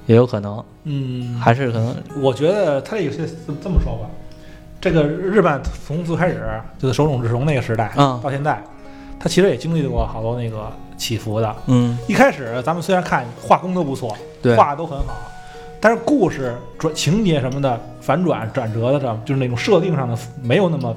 A: 也有可能，
C: 嗯，
A: 还是可能
C: 我觉得他这有些这么这么说吧，这个日漫从最开始就是手冢治虫那个时代，
A: 嗯
C: 到现在，他其实也经历过好多那个起伏的。
A: 嗯，
C: 一开始咱们虽然看画工都不错，
A: 对，
C: 画的都很好，但是故事转情节什么的反转转折的这种，就是那种设定上的没有那么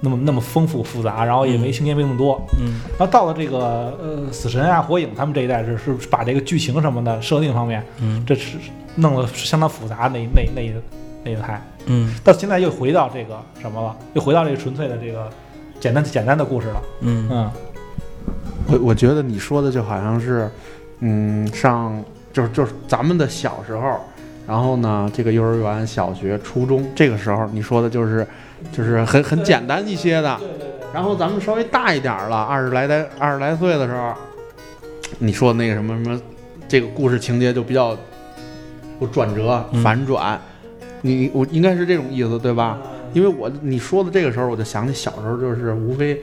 C: 那么那么丰富复杂，然后也没情节没那么多。
A: 嗯
C: 然后到了这个呃死神啊、火影他们这一代是是把这个剧情什么的设定方面，
A: 嗯
C: 这是弄得相当复杂那那那那一派。
A: 嗯
C: 到现在又回到这个什么了，又回到这个纯粹的这个简单简单的故事了。
A: 嗯
C: 嗯，
D: 我我觉得你说的就好像是，嗯，上就是就是咱们的小时候，然后呢，这个幼儿园、小学、初中这个时候，你说的就是就是很很简单一些的。然后咱们稍微大一点儿了，二十来代二十来岁的时候，你说那个什么什么，这个故事情节就比较有转折
A: 嗯、
D: 反转，你我应该是这种意思对吧？因为我你说的这个时候，我就想起小时候就是无非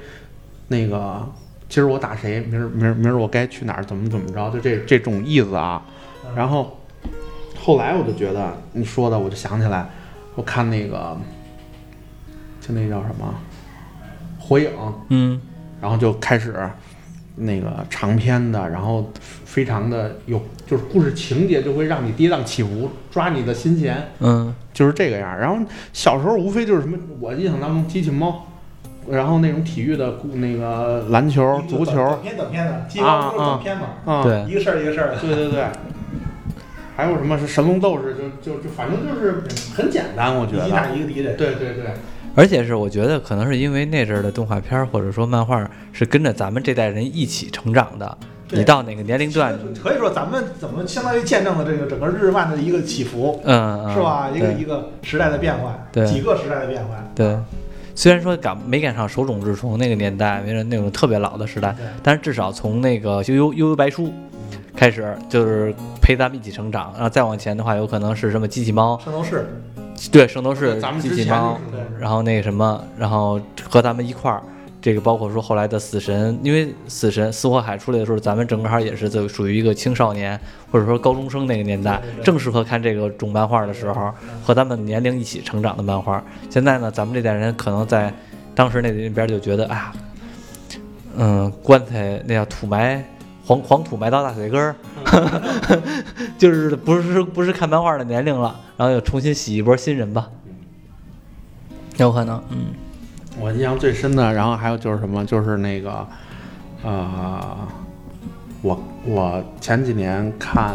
D: 那个今儿我打谁，明儿明儿明儿我该去哪儿，怎么怎么着，就这这种意思啊。然后后来我就觉得你说的，我就想起来，我看那个就那叫什么《火影》，
A: 嗯
D: 然后就开始那个长篇的，然后非常的有，就是故事情节就会让你跌宕起伏，抓你的心弦。
A: 嗯
D: 就是这个样儿。然后小时候无非就是什么，我印象当中机器猫，然后那种体育的故那个篮
C: 嗯
D: 球、足球
E: 短片短片的，基本上都是短片嘛，
D: 啊，
A: 对
E: 一个事儿一个事儿的。
D: 对对对，还有什么是神龙斗士，就就就反正就是很简单，我觉
C: 啊
E: 一打
D: 得。
E: 一个敌人，
D: 对对对，
A: 而且是我觉得，可能是因为那阵儿的动画片儿或者说漫画儿是跟着咱们这代人一起成长的。
E: 对
A: 你到哪个年龄 段，嗯
E: 可以说咱们怎么相当于见证了这个整个日漫的一个起伏，
A: 嗯，嗯
E: 是吧？一个
A: 对
E: 一个时代的变换，
A: 对
E: 几个时代的变换。
A: 对。虽然说赶没赶上手冢治虫那个年代，没准那种特别老的时代，但是至少从那个《悠悠悠悠白书》
E: 嗯
A: 开始，就是陪咱们一起成长。然后再往前的话，有可能是什么机器猫，
E: 圣斗士，
A: 对，圣斗士
D: 咱们、
A: 机
D: 之
A: 器
D: 前
A: 猫，
D: 就是
E: 嗯
A: 然后那个什么，然后和咱们一块儿，这个包括说后来的死神，因为死神死火海出来的时候，咱们正好也是就属于一个青少年或者说高中生那个年代，正适合看这个种漫画的时候，和咱们年龄一起成长的漫画。现在呢，咱们这代人可能在当时那那边就觉得啊，嗯，棺材那叫土埋。黄黄土埋到大腿根儿， 就是不是不是看漫画的年龄了，然后又重新洗一波新人吧，有可能，嗯。
D: 我印象最深的，然后还有就是什么，就是那个，呃，我我前几年看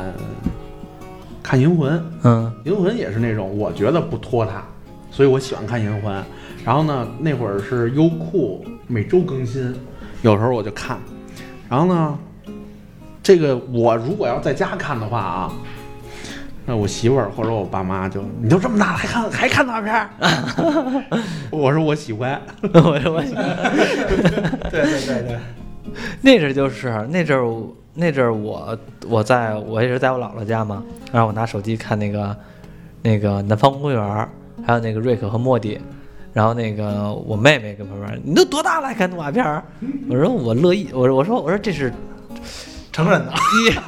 D: 看《银魂》，
A: 嗯
D: 银魂也是那种我觉得不拖沓，所以我喜欢看银魂。然后呢，那会儿是优酷每周更新，有时候我就看。然后呢，这个我如果要在家看的话啊，那我媳妇儿或者我爸妈就你都这么大了还看还看大片儿？ 我说我喜欢，，
A: 我我
E: 对对对对，
A: 那阵儿就是那阵儿我，那阵儿我我在我也是在我姥姥家嘛，然后我拿手机看那个那个南方公园儿，还有那个瑞克和莫蒂，然后那个我妹妹跟旁边儿，你都多大了还看动画片儿？我说我乐意，我说我说我说这是
E: 成人的，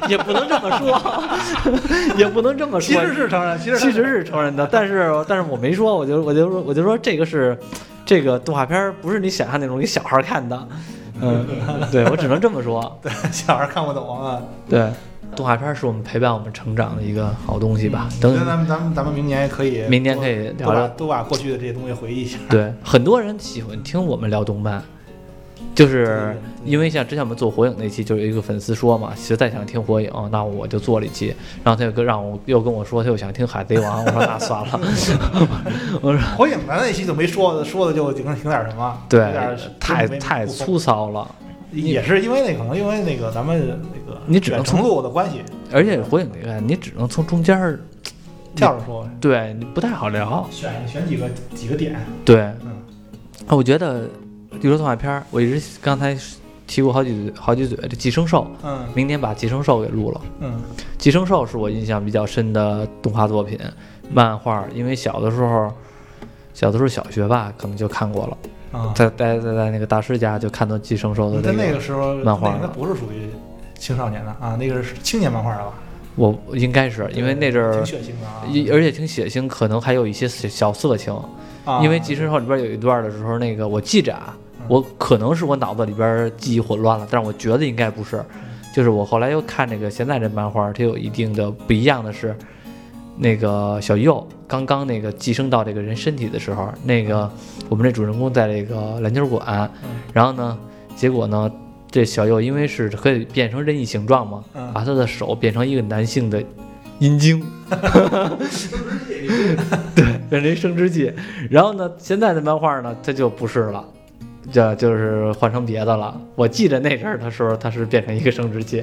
A: 也 也不能这么说，也不能这么
E: 其
A: 说，
E: 实是成人，其实
A: 其实是成人的，但是但是我没说，我就我就说我就说这个是这个动画片儿不是你想象那种给小孩儿看的，嗯，对我只能这么说，
E: 小孩看不懂啊。
A: 对，动画片儿是我们陪伴我们成长的一个好东西吧。
E: 我
A: 等
E: 觉得咱们咱们咱们明年可以，
A: 明年可以
E: 多把
A: 聊聊，
E: 多把过去的这些东西回忆一下。
A: 对，很多人喜欢听我们聊动漫。就是因为像之前我们做火影那期，就有一个粉丝说嘛，实在想听火影，那我就做了一期。然后他又跟让我又跟我说，他又想听海贼王，我说那算了。 我说
E: 火影咱那期就没说的，说的就挺挺点什么，有
A: 对
E: 点，
A: 太
E: 没
A: 太，粗糙了。
E: 不也是因为那可能因为那个咱们那个
A: 你只能
E: 远程度的关系，
A: 而且火影这个，你只能从中间儿，
E: 跳着说，
A: 对你不太好聊。
E: 选选几个几个点，
A: 对
E: 嗯，
A: 啊我觉得，比如说动画片儿，我一直刚才提过好几嘴好几嘴，这寄生兽，
C: 嗯
A: 明年把寄生兽给录了。
C: 嗯
A: 寄生兽是我印象比较深的动画作品，漫画，因为小的时候，小的时候小学吧，可能就看过了，
C: 啊，嗯
A: 在在在在那个大师家就看到寄生兽的
C: 在
A: 那
C: 那
A: 个
C: 个时候，
A: 漫画
C: 那个它不是属于青少年的啊，那个是青年漫画了吧？
A: 我应该是因为那阵儿
C: 挺，血腥的啊
A: 一而且挺血腥，可能还有一些小小色情。
C: 啊，
A: 因为寄生兽里边有一段的时候，那个我记着啊，我可能是我脑子里边记忆混乱了，但是我觉得应该不是。就是我后来又看这个现在这漫画，它有一定的不一样的是，那个小右刚刚那个寄生到这个人身体的时候，那个我们这主人公在这个篮球馆，然后呢，结果呢，这小右因为是可以变成任意形状嘛，
C: 嗯
A: 把他的手变成一个男性的阴茎，对，变成一生殖器。然后呢，现在的漫画呢，它就不是了。这就是换成别的了。我记着那阵儿的时候，它是变成一个生殖器，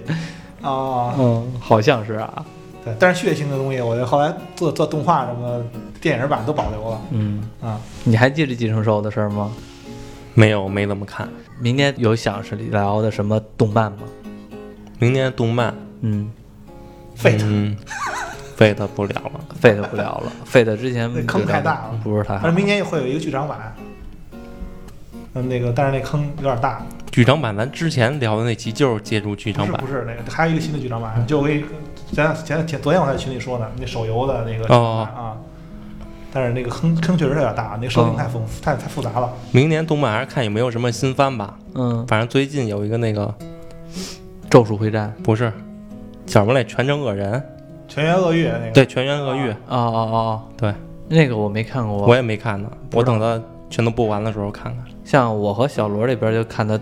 C: 啊，
A: 嗯，好像是啊，
C: 对，但是血腥的东西，我觉得后来做做动画什么电影版都保留了
A: 嗯，
C: 啊。
A: 你还记着寄生兽的事儿吗？
B: 没有没怎么看。
A: 明年有想是聊的什么动漫吗？
B: 明年动漫，
A: 嗯
C: 废
B: 嗯， 废的不了了。
A: ，Fate 不聊了，Fate 之前
C: 那坑太大了
A: 不是太
C: 但
A: 好
C: 是。明年会有一个剧场版，嗯，那个但是那坑有点大，
B: 剧场版咱之前聊的那期就是借助剧
C: 不
B: 场
C: 是
B: 版
C: 不是那个，还有一个新的剧场版，就我给前前前昨天我还在群里说呢，那手游的那个剧场
A: 哦
C: 版啊，但是那个坑坑确实有点大，那个设定太丰太太复杂了。
B: 明年动漫还是看有没有什么新番吧。
A: 嗯，
B: 反正最近有一个那个
A: 咒术回战。
B: 不是叫什么来，全真恶人，
C: 全员恶欲那个，
B: 对，全员恶欲，
A: 哦哦哦，
B: 对，
A: 那个我没看过。
B: 我也没看呢。
C: 不
B: 我
C: 知道
B: 等它全都播完的时候看看。
A: 像我和小罗这边就看的，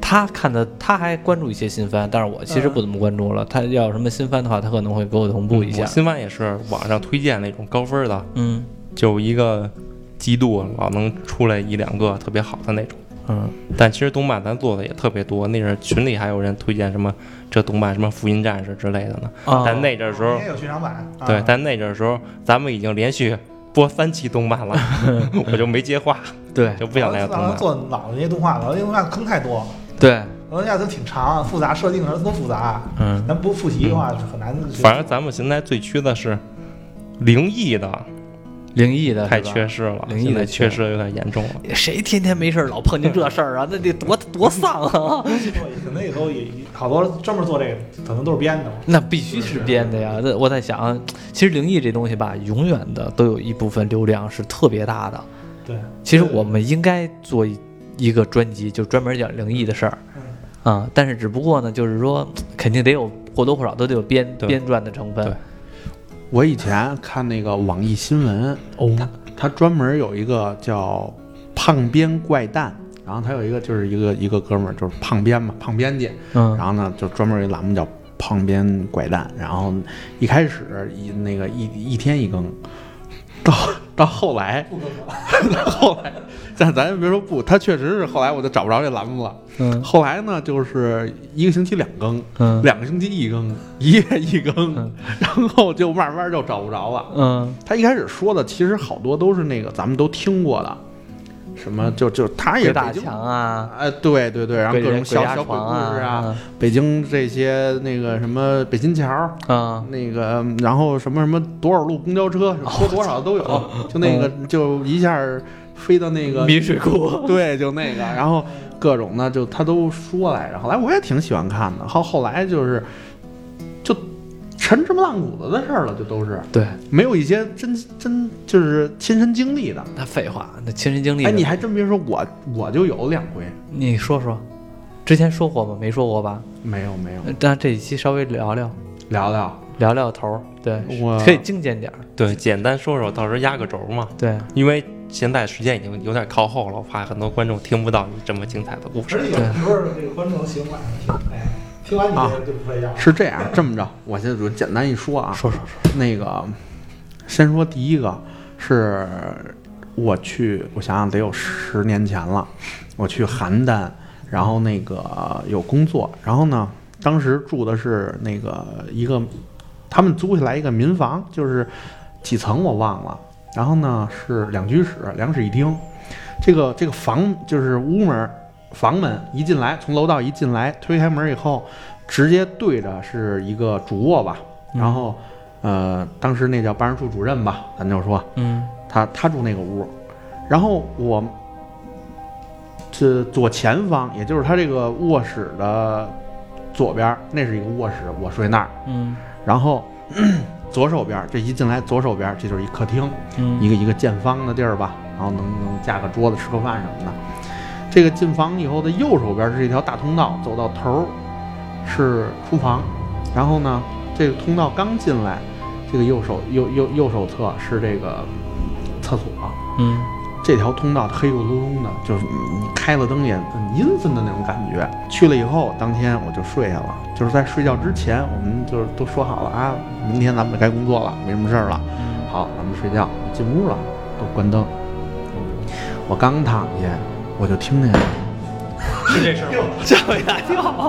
A: 他看的他还关注一些新番，但是我其实不怎么关注了。他要有什么新番的话，他可能会给我同步一
B: 我
A: 下。
B: 新番也是网上推荐那种高分的，
A: 嗯
B: 就一个季度老能出来一两个特别好的那种。
A: 嗯
B: 但其实动漫咱做的也特别多，那阵儿群里还有人推荐什么这动漫什么福音战士之类的呢。哦
A: 啊，
B: 但那阵儿时候
C: 明，年有剧场版，啊
B: 对，但那阵儿时候咱们已经连续播三期动 漫了，我就没接话，
A: 对
B: 就不想聊动
C: 老
B: 漫
C: 是。做老的那些动画，老的那些动画坑太多，
A: 对，
C: 老的那些都挺长，复杂设定什么都复杂，
A: 嗯
C: 咱不复习的话是很难。
B: 反正咱们现在最缺的是灵异的，
A: 灵异的
B: 太
A: 是吧
B: 缺失了，
A: 灵异的
B: 现在
A: 缺
B: 缺失有点严重了。
A: 谁天天没事儿老碰见这事儿啊？那得多多丧啊！
C: 可能也都也好多专门做这个，可能都是编的嘛。
A: 那必须是编的呀！那我在想，其实灵异这东西吧，永远的都有一部分流量是特别大的。
C: 对，
A: 其实我们应该做一一个专辑，就专门讲灵异的事儿，
D: 嗯
A: 啊、但是只不过呢，就是说肯定得有或多或少都得有编
B: 对
A: 编撰的成分
B: 对，
D: 我以前看那个网易新闻，
A: 哦
D: 它它专门有一个叫“胖边怪诞”，然后它有一个就是一个一个哥们儿就是胖边嘛，胖编辑，
A: 嗯
D: 然后呢就专门有一栏目叫“胖边怪诞”，然后一开始一那个一一天一更，到到后来， 到后来，但咱也别说不，他确实是后来我就找不着这栏目了。
A: 嗯
D: 后来呢，就是一个星期两更，
A: 嗯
D: 两个星期一更，一夜一更
A: 嗯，
D: 然后就慢慢就找不着了。
A: 嗯
D: 他一开始说的其实好多都是那个咱们都听过的，什么就就他
A: 嗯
D: 也
A: 鬼
D: 是
A: 打
D: 北京
A: 墙啊，
D: 哎，对对对，然后
A: 鬼
D: 各
A: 人
D: 种
A: 鬼
D: 小
A: 压
D: 小鬼
A: 床
D: 故事啊，
A: 啊，
D: 北京这些那个什么北新桥儿，
A: 啊
D: 那个嗯然后什么什么多少路公交车，
A: 哦
D: 说多少都有，就那个就一下儿飞到那个
A: 嗯迷水库，
D: 对，就那个，然后各种呢，就他都说来着。后来我也挺喜欢看的，后后来就是就陈芝麻烂谷子的事儿了，就都是
A: 对，
D: 没有一些真真就是亲身经历的。
A: 那废话，那亲身经历，
D: 哎，你还真别说我，我就有两回，
A: 你说说，之前说过吗？没说过吧？
D: 没有没有，
A: 呃但这一期稍微聊聊
D: 聊聊
A: 聊聊头儿，对，
D: 我
A: 可以精简点儿，
B: 对，简单说说，到时候压个轴嘛。
A: 对，
B: 因为现在时间已经有点靠后了，我怕很多观众听不到你这么精彩的故
C: 而
B: 事。
C: 且有时候这个观众喜欢晚上听，哎，听完你这个就不睡觉了。
D: 是这样，这么着，我先我简单一说啊，
A: 说说说，
D: 那个先说第一个是我去，我想想得有十年前了，我去邯郸，然后那个有工作，然后呢，当时住的是那个一个他们租下来一个民房，就是几层我忘了，然后呢是两居室，两室一厅，这个这个房就是屋门儿房门一进来，从楼道一进来，推开门以后，直接对着是一个主卧吧，
A: 嗯
D: 然后呃，当时那叫办事处主任吧，咱就说
A: 嗯
D: 他他住那个屋，然后我这左前方，也就是他这个卧室的左边儿，那是一个卧室，我睡那儿，
A: 嗯
D: 然后。 左手边儿这一进来，左手边儿这就是一客厅，
A: 嗯
D: 一个一个见方的地儿吧，然后能能架个桌子吃个饭什么的。这个进房以后的右手边是一条大通道，走到头儿是厨房，然后呢，这个通道刚进来，这个右手右右右手侧是这个厕所。
A: 嗯
D: 这条通道黑咕隆咚的，就是你开了灯也很阴森的那种感觉。去了以后，当天我就睡下了。就是在睡觉之前，我们就是都说好了啊，明天咱们该工作了，没什么事儿了。好，咱们睡觉。进屋了，都关灯。我刚躺下，我就听见
C: 是这事儿吗？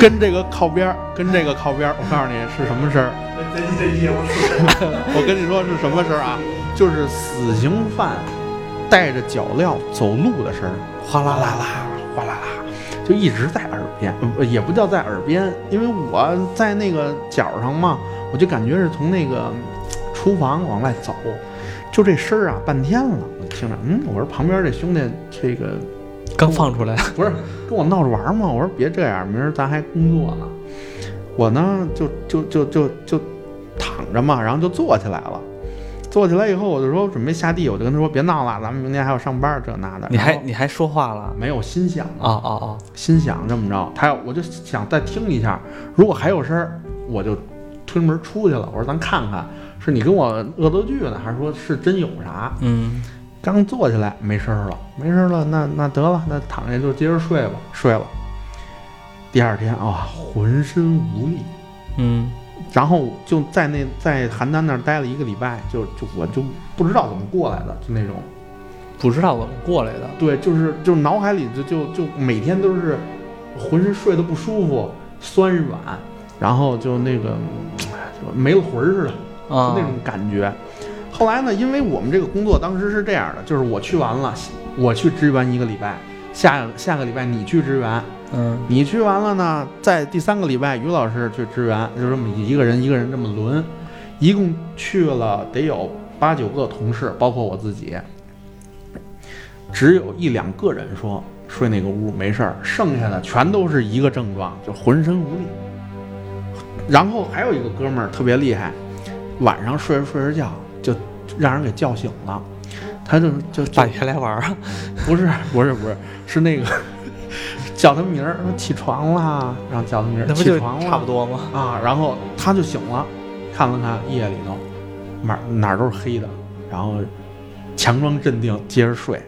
D: 跟这个靠边儿，跟这个靠边儿。我告诉你是什么声儿，
C: 这这节目是
D: 我跟你说是什么声儿啊？就是死刑犯带着脚镣走路的声儿，哗啦啦啦，哗啦啦，就一直在耳边，
A: 嗯
D: 呃也不叫在耳边，因为我在那个角上嘛，我就感觉是从那个嘖厨房往外走，就这声儿啊，半天了，我听着，嗯，我说旁边这兄弟这个
A: 刚放出来，
D: 不是跟我闹着玩儿吗？我说别这样，明儿咱还工作呢。我呢就就就就就躺着嘛，然后就坐起来了。坐起来以后，我就说准备下地，我就跟他说别闹了，咱们明天还要上班儿，这那的。
A: 你还
D: 然后
A: 你还说话了？
D: 没有心想
A: 哦，哦
D: 心想这么着，他要我就想再听一下，如果还有声儿，我就推门出去了。我说咱看看，是你跟我恶作剧呢，还是说是真有啥？
A: 哦，嗯
D: 刚坐起来没声儿了，没声儿了，那那得了，那躺下就接着睡吧，睡了。第二天啊，浑身无力，
A: 嗯
D: 然后就在那在邯郸那儿待了一个礼拜，就就我就不知道怎么过来的，就那种，
A: 不知道怎么过来的，
D: 对，就是就脑海里就就就每天都是浑身睡得不舒服，酸软，然后就那个哎就没了魂儿似的，就
A: 啊
D: 那种感觉。后来呢，因为我们这个工作当时是这样的，就是我去完了，我去支援一个礼拜，下下个礼拜你去支援，
A: 嗯
D: 你去完了呢，在第三个礼拜于老师去支援，就这么一个人一个人这么轮，一共去了得有八九个同事，包括我自己，只有一两个人说睡那个屋没事儿，剩下的全都是一个症状，就浑身无力。然后还有一个哥们儿特别厉害，晚上睡着睡着觉就让人给叫醒了，他就就就
A: 半夜来玩儿啊，
D: 不是不是不是，是那 个叫他名儿，说起床啦，然后叫他名儿，
A: 那不
D: 起
A: 就
D: 床
A: 差不
D: 多
A: 多吗？
D: 啊，然后他就醒了，看了看夜里头哪儿哪儿都是黑的，然后强装镇定接着睡，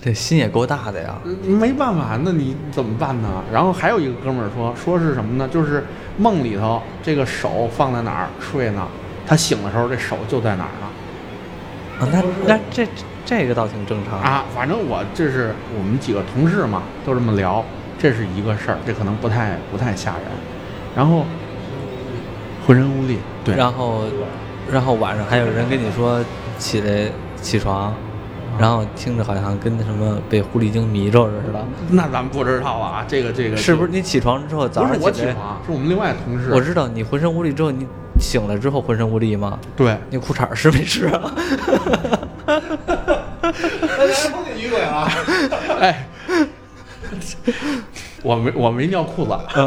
A: 这心也够大的呀，
D: 呃没办法，那你怎么办呢？然后还有一个哥们儿说说是什么呢？就是梦里头这个手放在哪儿睡呢，他醒的时候这手就在哪儿呢。
A: 啊那那这这个倒挺正常，
D: 啊，反正我这是我们几个同事嘛，都这么聊，这是一个事儿，这可能不太不太吓人。然后浑身无力，对，
A: 然后然后晚上还有人跟你说起来起床，然后听着好像跟什么被狐狸精迷着似的，
D: 那咱们不知道啊，这个这个
A: 是不是？你起床之后早
D: 不是
A: 上
D: 我
A: 起
D: 起
A: 来？
D: 床，是我们另外的同事。
A: 我知道你浑身无力之后，你醒了之后浑身无力吗？
D: 对，
A: 那裤衩儿湿没湿啊？
D: 哎，我没我没尿裤子，
A: 嗯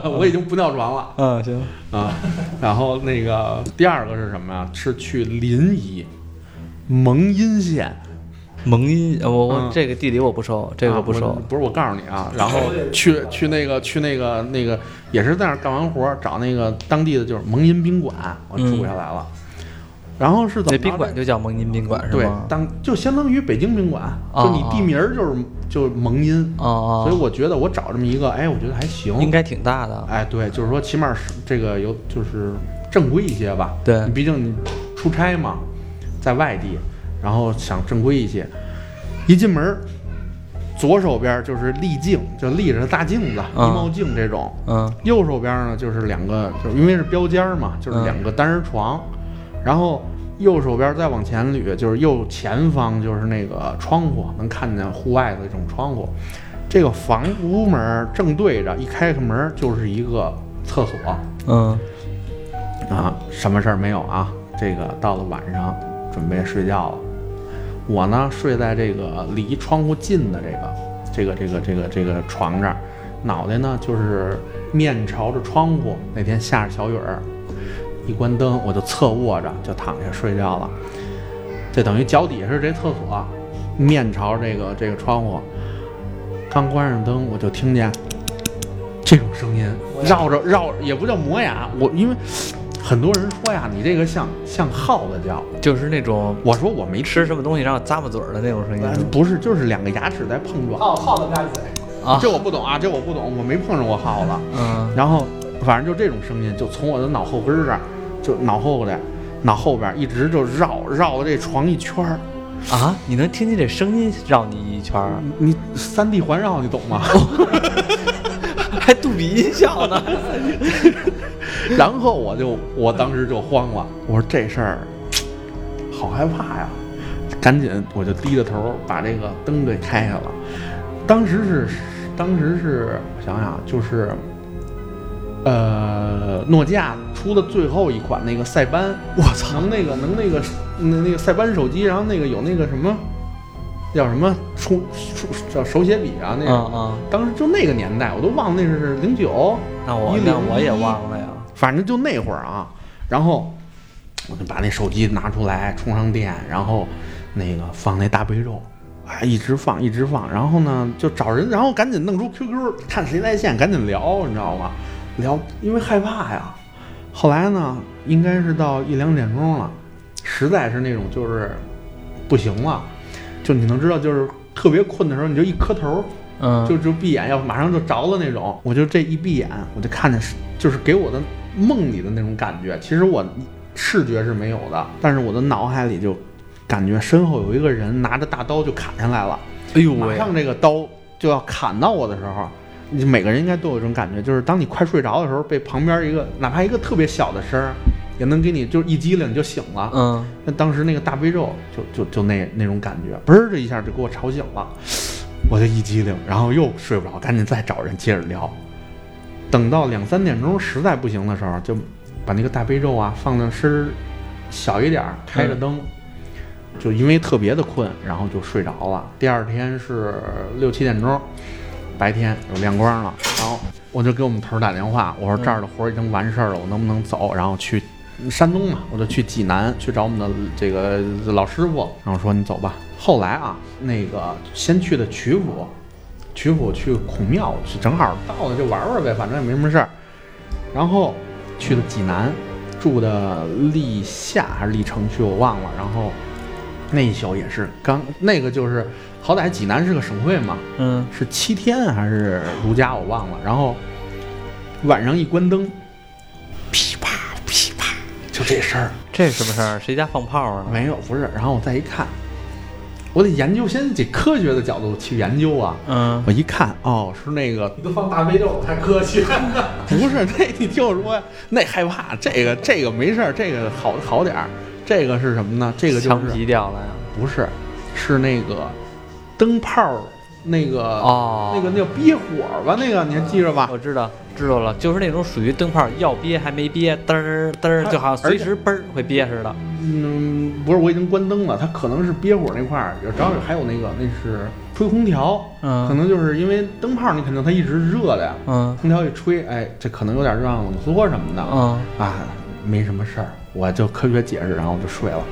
D: 我已经不尿床了
A: 嗯，行，
D: 啊。然后那个第二个是什么呀？是去临沂蒙阴县。
A: 蒙阴，呃我我
D: 嗯
A: 这个地理我不熟，这个
D: 啊
A: 不熟
D: 我。不是我告诉你啊，然后去去那个去那个那个也是在那儿干完活儿，找那个当地的就是蒙阴宾馆，我住下来了。然后是怎
A: 嗯那
D: 么着呢？
A: 宾馆就叫蒙阴宾馆是
D: 对
A: 吗，？
D: 当就相当于北京宾馆，
A: 哦
D: 就你地名儿就是就是蒙阴，
A: 哦
D: 所以
A: 哦，
D: 我觉得我找这么一个，哎，我觉得还行，
A: 应该挺大的。
D: 哎，对，就是说起码是这个有就是正规一些吧。
A: 对
D: 你毕竟你出差嘛，在外地，然后想正规一些。一进门儿，左手边儿就是立镜，就立着大镜子、
A: 嗯
D: 衣帽镜这种；
A: 嗯
D: 右手边儿呢就是两个，就是因为是标间儿嘛，就是两个单人床，然后右手边再往前捋，就是右前方就是那个窗户，能看见户外的这种窗户。这个房屋门正对着，一开开门就是一个厕所
A: 嗯
D: 啊，什么事儿没有啊？这个到了晚上准备睡觉了，我呢睡在这个离窗户近的这个这个这个这个这个床这儿，脑袋呢就是面朝着窗户。那天下着小雨儿，一关灯我就侧卧着就躺下睡觉了，这等于脚底下是这厕所，面朝这个这个窗户。刚关上灯，我就听见这种声音，绕着绕着也不叫磨牙，我因为很多人说呀，你这个像像耗子叫，
A: 就是那种
D: 我说我没吃，
A: 吃什么东西然后咂巴嘴儿的那种声音是吗
D: 不是，就是两个牙齿在碰撞，
E: 耗耗子大嘴，
A: 啊，
D: 这我不懂啊，这我不懂，我没碰上过耗子。
A: 嗯
D: 然后反正就这种声音，就从我的脑后根儿这儿，就脑后来，脑后边儿一直就绕绕了这床一圈儿，
A: 啊，你能听见这声音绕你一圈儿，
D: 你三 D 环绕，你懂吗？
A: 还杜比音效呢，
D: 然后我就，我当时就慌了，我说这事儿好害怕呀，赶紧我就低着头把这个灯给开开了。当时是，当时是，我想想啊，就是，呃，诺基亚出的最后一款那个塞班，我操，能那个能那个那那个塞班手机，然后那个有那个什么。叫什么冲冲叫手写笔啊？那个、
A: 嗯嗯，
D: 当时就那个年代，我都忘了那是零九
A: 那我
D: 一
A: 那
D: 零
A: 我也
D: 一
A: 忘了呀，
D: 反正就那会儿啊，然后我就把那手机拿出来，充上电，然后那个放那大悲咒，哎，一直放一直放，然后呢就找人，然后赶紧弄出 QQ 看谁在线，赶紧聊，你知道吗？聊，因为害怕呀。后来呢，应该是到一两点钟了，实在是那种就是不行了，就你能知道，就是特别困的时候，你就一磕头，
A: 嗯，
D: 就就闭眼要马上就着了那种，我就这一闭眼，我就看着是就是给我的梦里的那种感觉。其实我视觉是没有的，但是我的脑海里就感觉身后有一个人拿着大刀就砍上来了，
A: 哎呦
D: 马
A: 喂，
D: 上这个刀就要砍到我的时候，你每个人应该都有这种感觉，就是当你快睡着的时候，被旁边一个哪怕一个特别小的声儿，也能给你就是一激灵你就醒了。
A: 嗯，
D: 那当时那个大悲咒就就就那那种感觉，嘣儿这一下就给我吵醒了，我就一激灵，然后又睡不着，赶紧再找人接着聊。等到两三点钟实在不行的时候，就把那个大悲咒啊放到声儿小一点儿，开着灯，就因为特别的困，然后就睡着了。第二天是六七点钟，白天有亮光了，然后我就给我们头儿打电话，我说这儿的活儿已经完事儿了，我能不能走？然后去山东嘛，我就去济南去找我们的这个老师傅，然后说你走吧。后来啊，那个先去的曲阜，曲阜去孔庙，是正好到了就玩玩呗，反正也没什么事儿。然后去的济南，住的历夏还是历城区我忘了。然后那一宿也是刚那个就是，好歹济南是个省会嘛，
A: 嗯
D: 是七天还是如家我忘了。然后晚上一关灯，噼啪噼啪，就这声儿。，
A: 这什么事儿？谁家放炮啊？
D: 没有，不是。然后我再一看，我得研究，先得科学的角度去研究啊。
A: 嗯，
D: 我一看，哦，是那个，
E: 你都放大悲咒，太客气了。
D: 不是 那，你听我说，那害怕，这个这个没事儿，这个好好点儿。这个是什么呢？这个就
A: 枪
D: 是
A: 皮掉了呀？
D: 不是，是那个灯泡儿那个、
A: 哦
D: 那个那个憋火吧，那个你还记着吧？
A: 我知道，知道了，就是那种属于灯泡要憋还没憋，嘚儿嘚儿，
D: 它
A: 就好像随时嘣儿会憋似的。
D: 嗯，不是，我已经关灯了，它可能是憋火那块儿，然后还有那个那是吹空调，
A: 嗯
D: 可能就是因为灯泡儿你肯定它一直热的呀，
A: 嗯
D: 空调一吹，哎，这可能有点热胀冷缩什么的，
A: 嗯
D: 啊，没什么事儿，我就科学解释，然后我就睡了。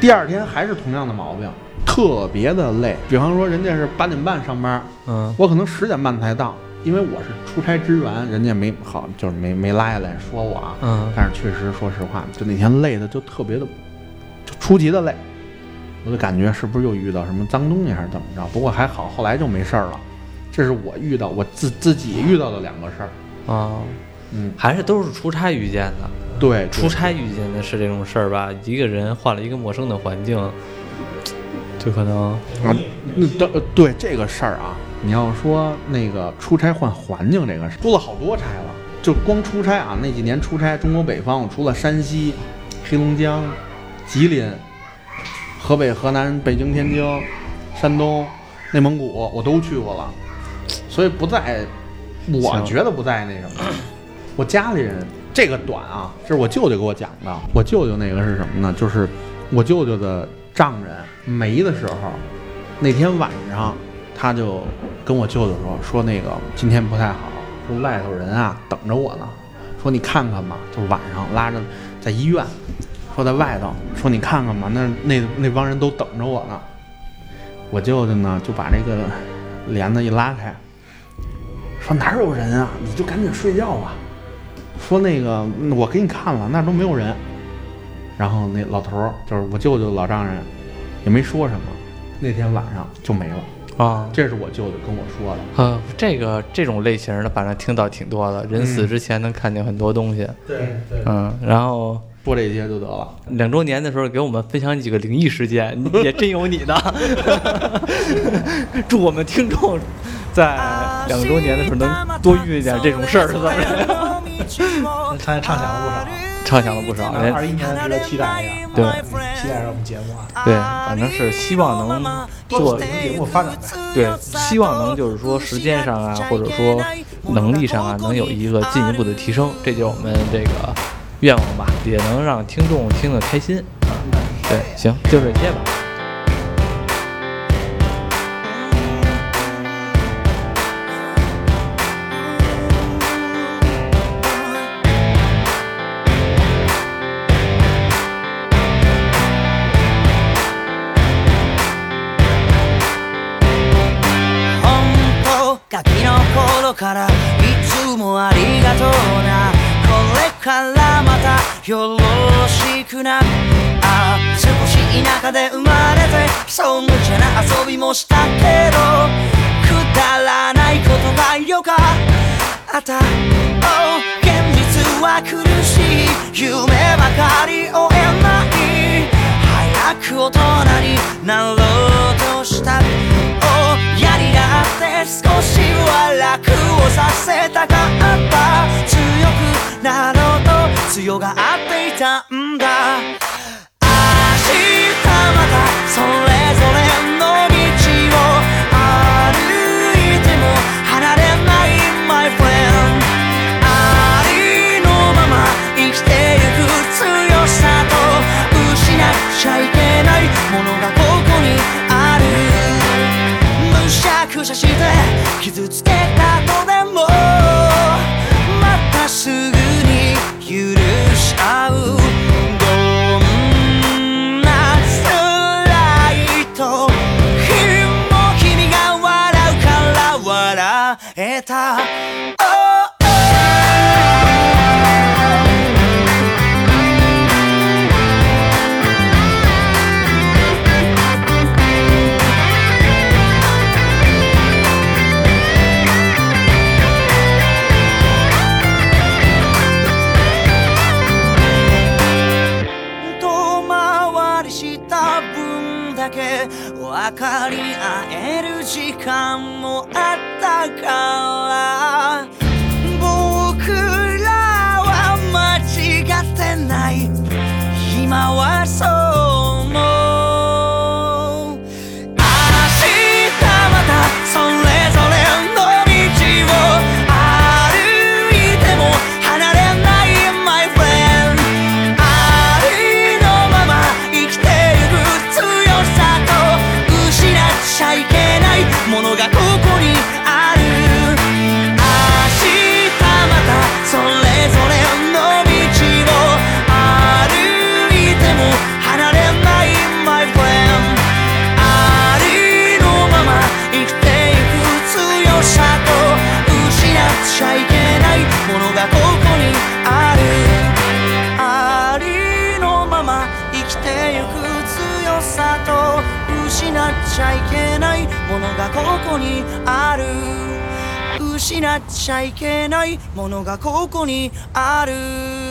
D: 第二天还是同样的毛病，特别的累。比方说，人家是八点半上班，
A: 嗯
D: 我可能十点半才到，因为我是出差支援，人家没好就是没没拉下来说我啊，
A: 嗯
D: 但是确实，说实话，就那天累的就特别的，就出奇的累，我就感觉是不是又遇到什么脏东西还是怎么着？不过还好，后来就没事儿了。这是我遇到我自自己遇到的两个事儿。
A: 啊，
D: 嗯，
A: 还是都是出差遇见的。
D: 对，对
A: 出差遇见的是这种事儿吧？一个人换了一个陌生的环境，就可能
D: 啊，那当呃对这个事儿啊，你要说那个出差换环境这个事儿，出了好多差了。就光出差啊，那几年出差，中国北方，我除了山西、黑龙江、吉林、河北、河南、北京、天津、山东、内蒙古，我都去过了，所以不在，我
A: 行
D: 觉得不在那什么。我家里人这个短啊，这是我舅舅给我讲的。我舅舅那个是什么呢？就是我舅舅的丈人没的时候，那天晚上他就跟我舅舅说说那个今天不太好，说外头人啊等着我呢，说你看看吧，就是晚上拉着在医院，说在外头，说你看看吧，那那那帮人都等着我呢。我舅舅呢就把这个帘子一拉开，说哪有人啊，你就赶紧睡觉吧。说那个嗯我给你看了，那儿都没有人。然后那老头儿就是我舅舅老丈人，也没说什么。那天晚上就没了，
A: 啊。
D: 这是我舅舅跟我说的。
A: 呃，这个这种类型的，反正听到挺多的。人死之前能看见很多东西，
E: 对对，
A: 嗯，然后
D: 说这些就得了。
A: 两周年的时候给我们分享几个灵异事件，你也真有你的。 祝我们听众在两周年的时候能多遇见这种事儿，是吧？
C: 看畅想了不少。
A: 畅想了不少，人
C: 啊二一年值得期待一下，
A: 对
C: 期待着我们节目啊，
A: 对，反正是希望能做
C: 我们节目发展呗。
A: 对，希望能就是说时间上啊，或者说能力上啊，能有一个进一步的提升，这就是我们这个愿望吧，也能让听众听得开心啊。对，行，就这些吧。
F: 本当ガキの頃からいつもありがとうなこれからまたよろしくなああ少し田舎で生まれてそんなちゃな遊びもしたけどくだらないことがよかった、oh, 現実は苦しい夢ばかり追えない早く大人になろうとした親になって少しは楽をさせたかった強くなろうと強がっていたんだ明日またそれぞれの道を歩いても離れない My friend ありのまま生きてゆく強さと失っちゃいけないものがここにあるむしゃくしゃして傷つけたとでもまたすぐに許し合うどんな辛いと日も君が笑うから笑えた Oh, oh. 遠回りした分だけ分かり合える時間もあったから僕らは間違ってない今はそう思う明日またそれぞれの道を歩いても離れない My friend ありのまま生きてゆく強さと失っちゃいけないものがここにある明日またそれぞれの道を歩いても離れない My friend ありのまま生きていく強さと失っちゃいけないものがここにあるありのまま生きてゆく強さと失っちゃいけないものがここにある失っちゃいけないものがここにある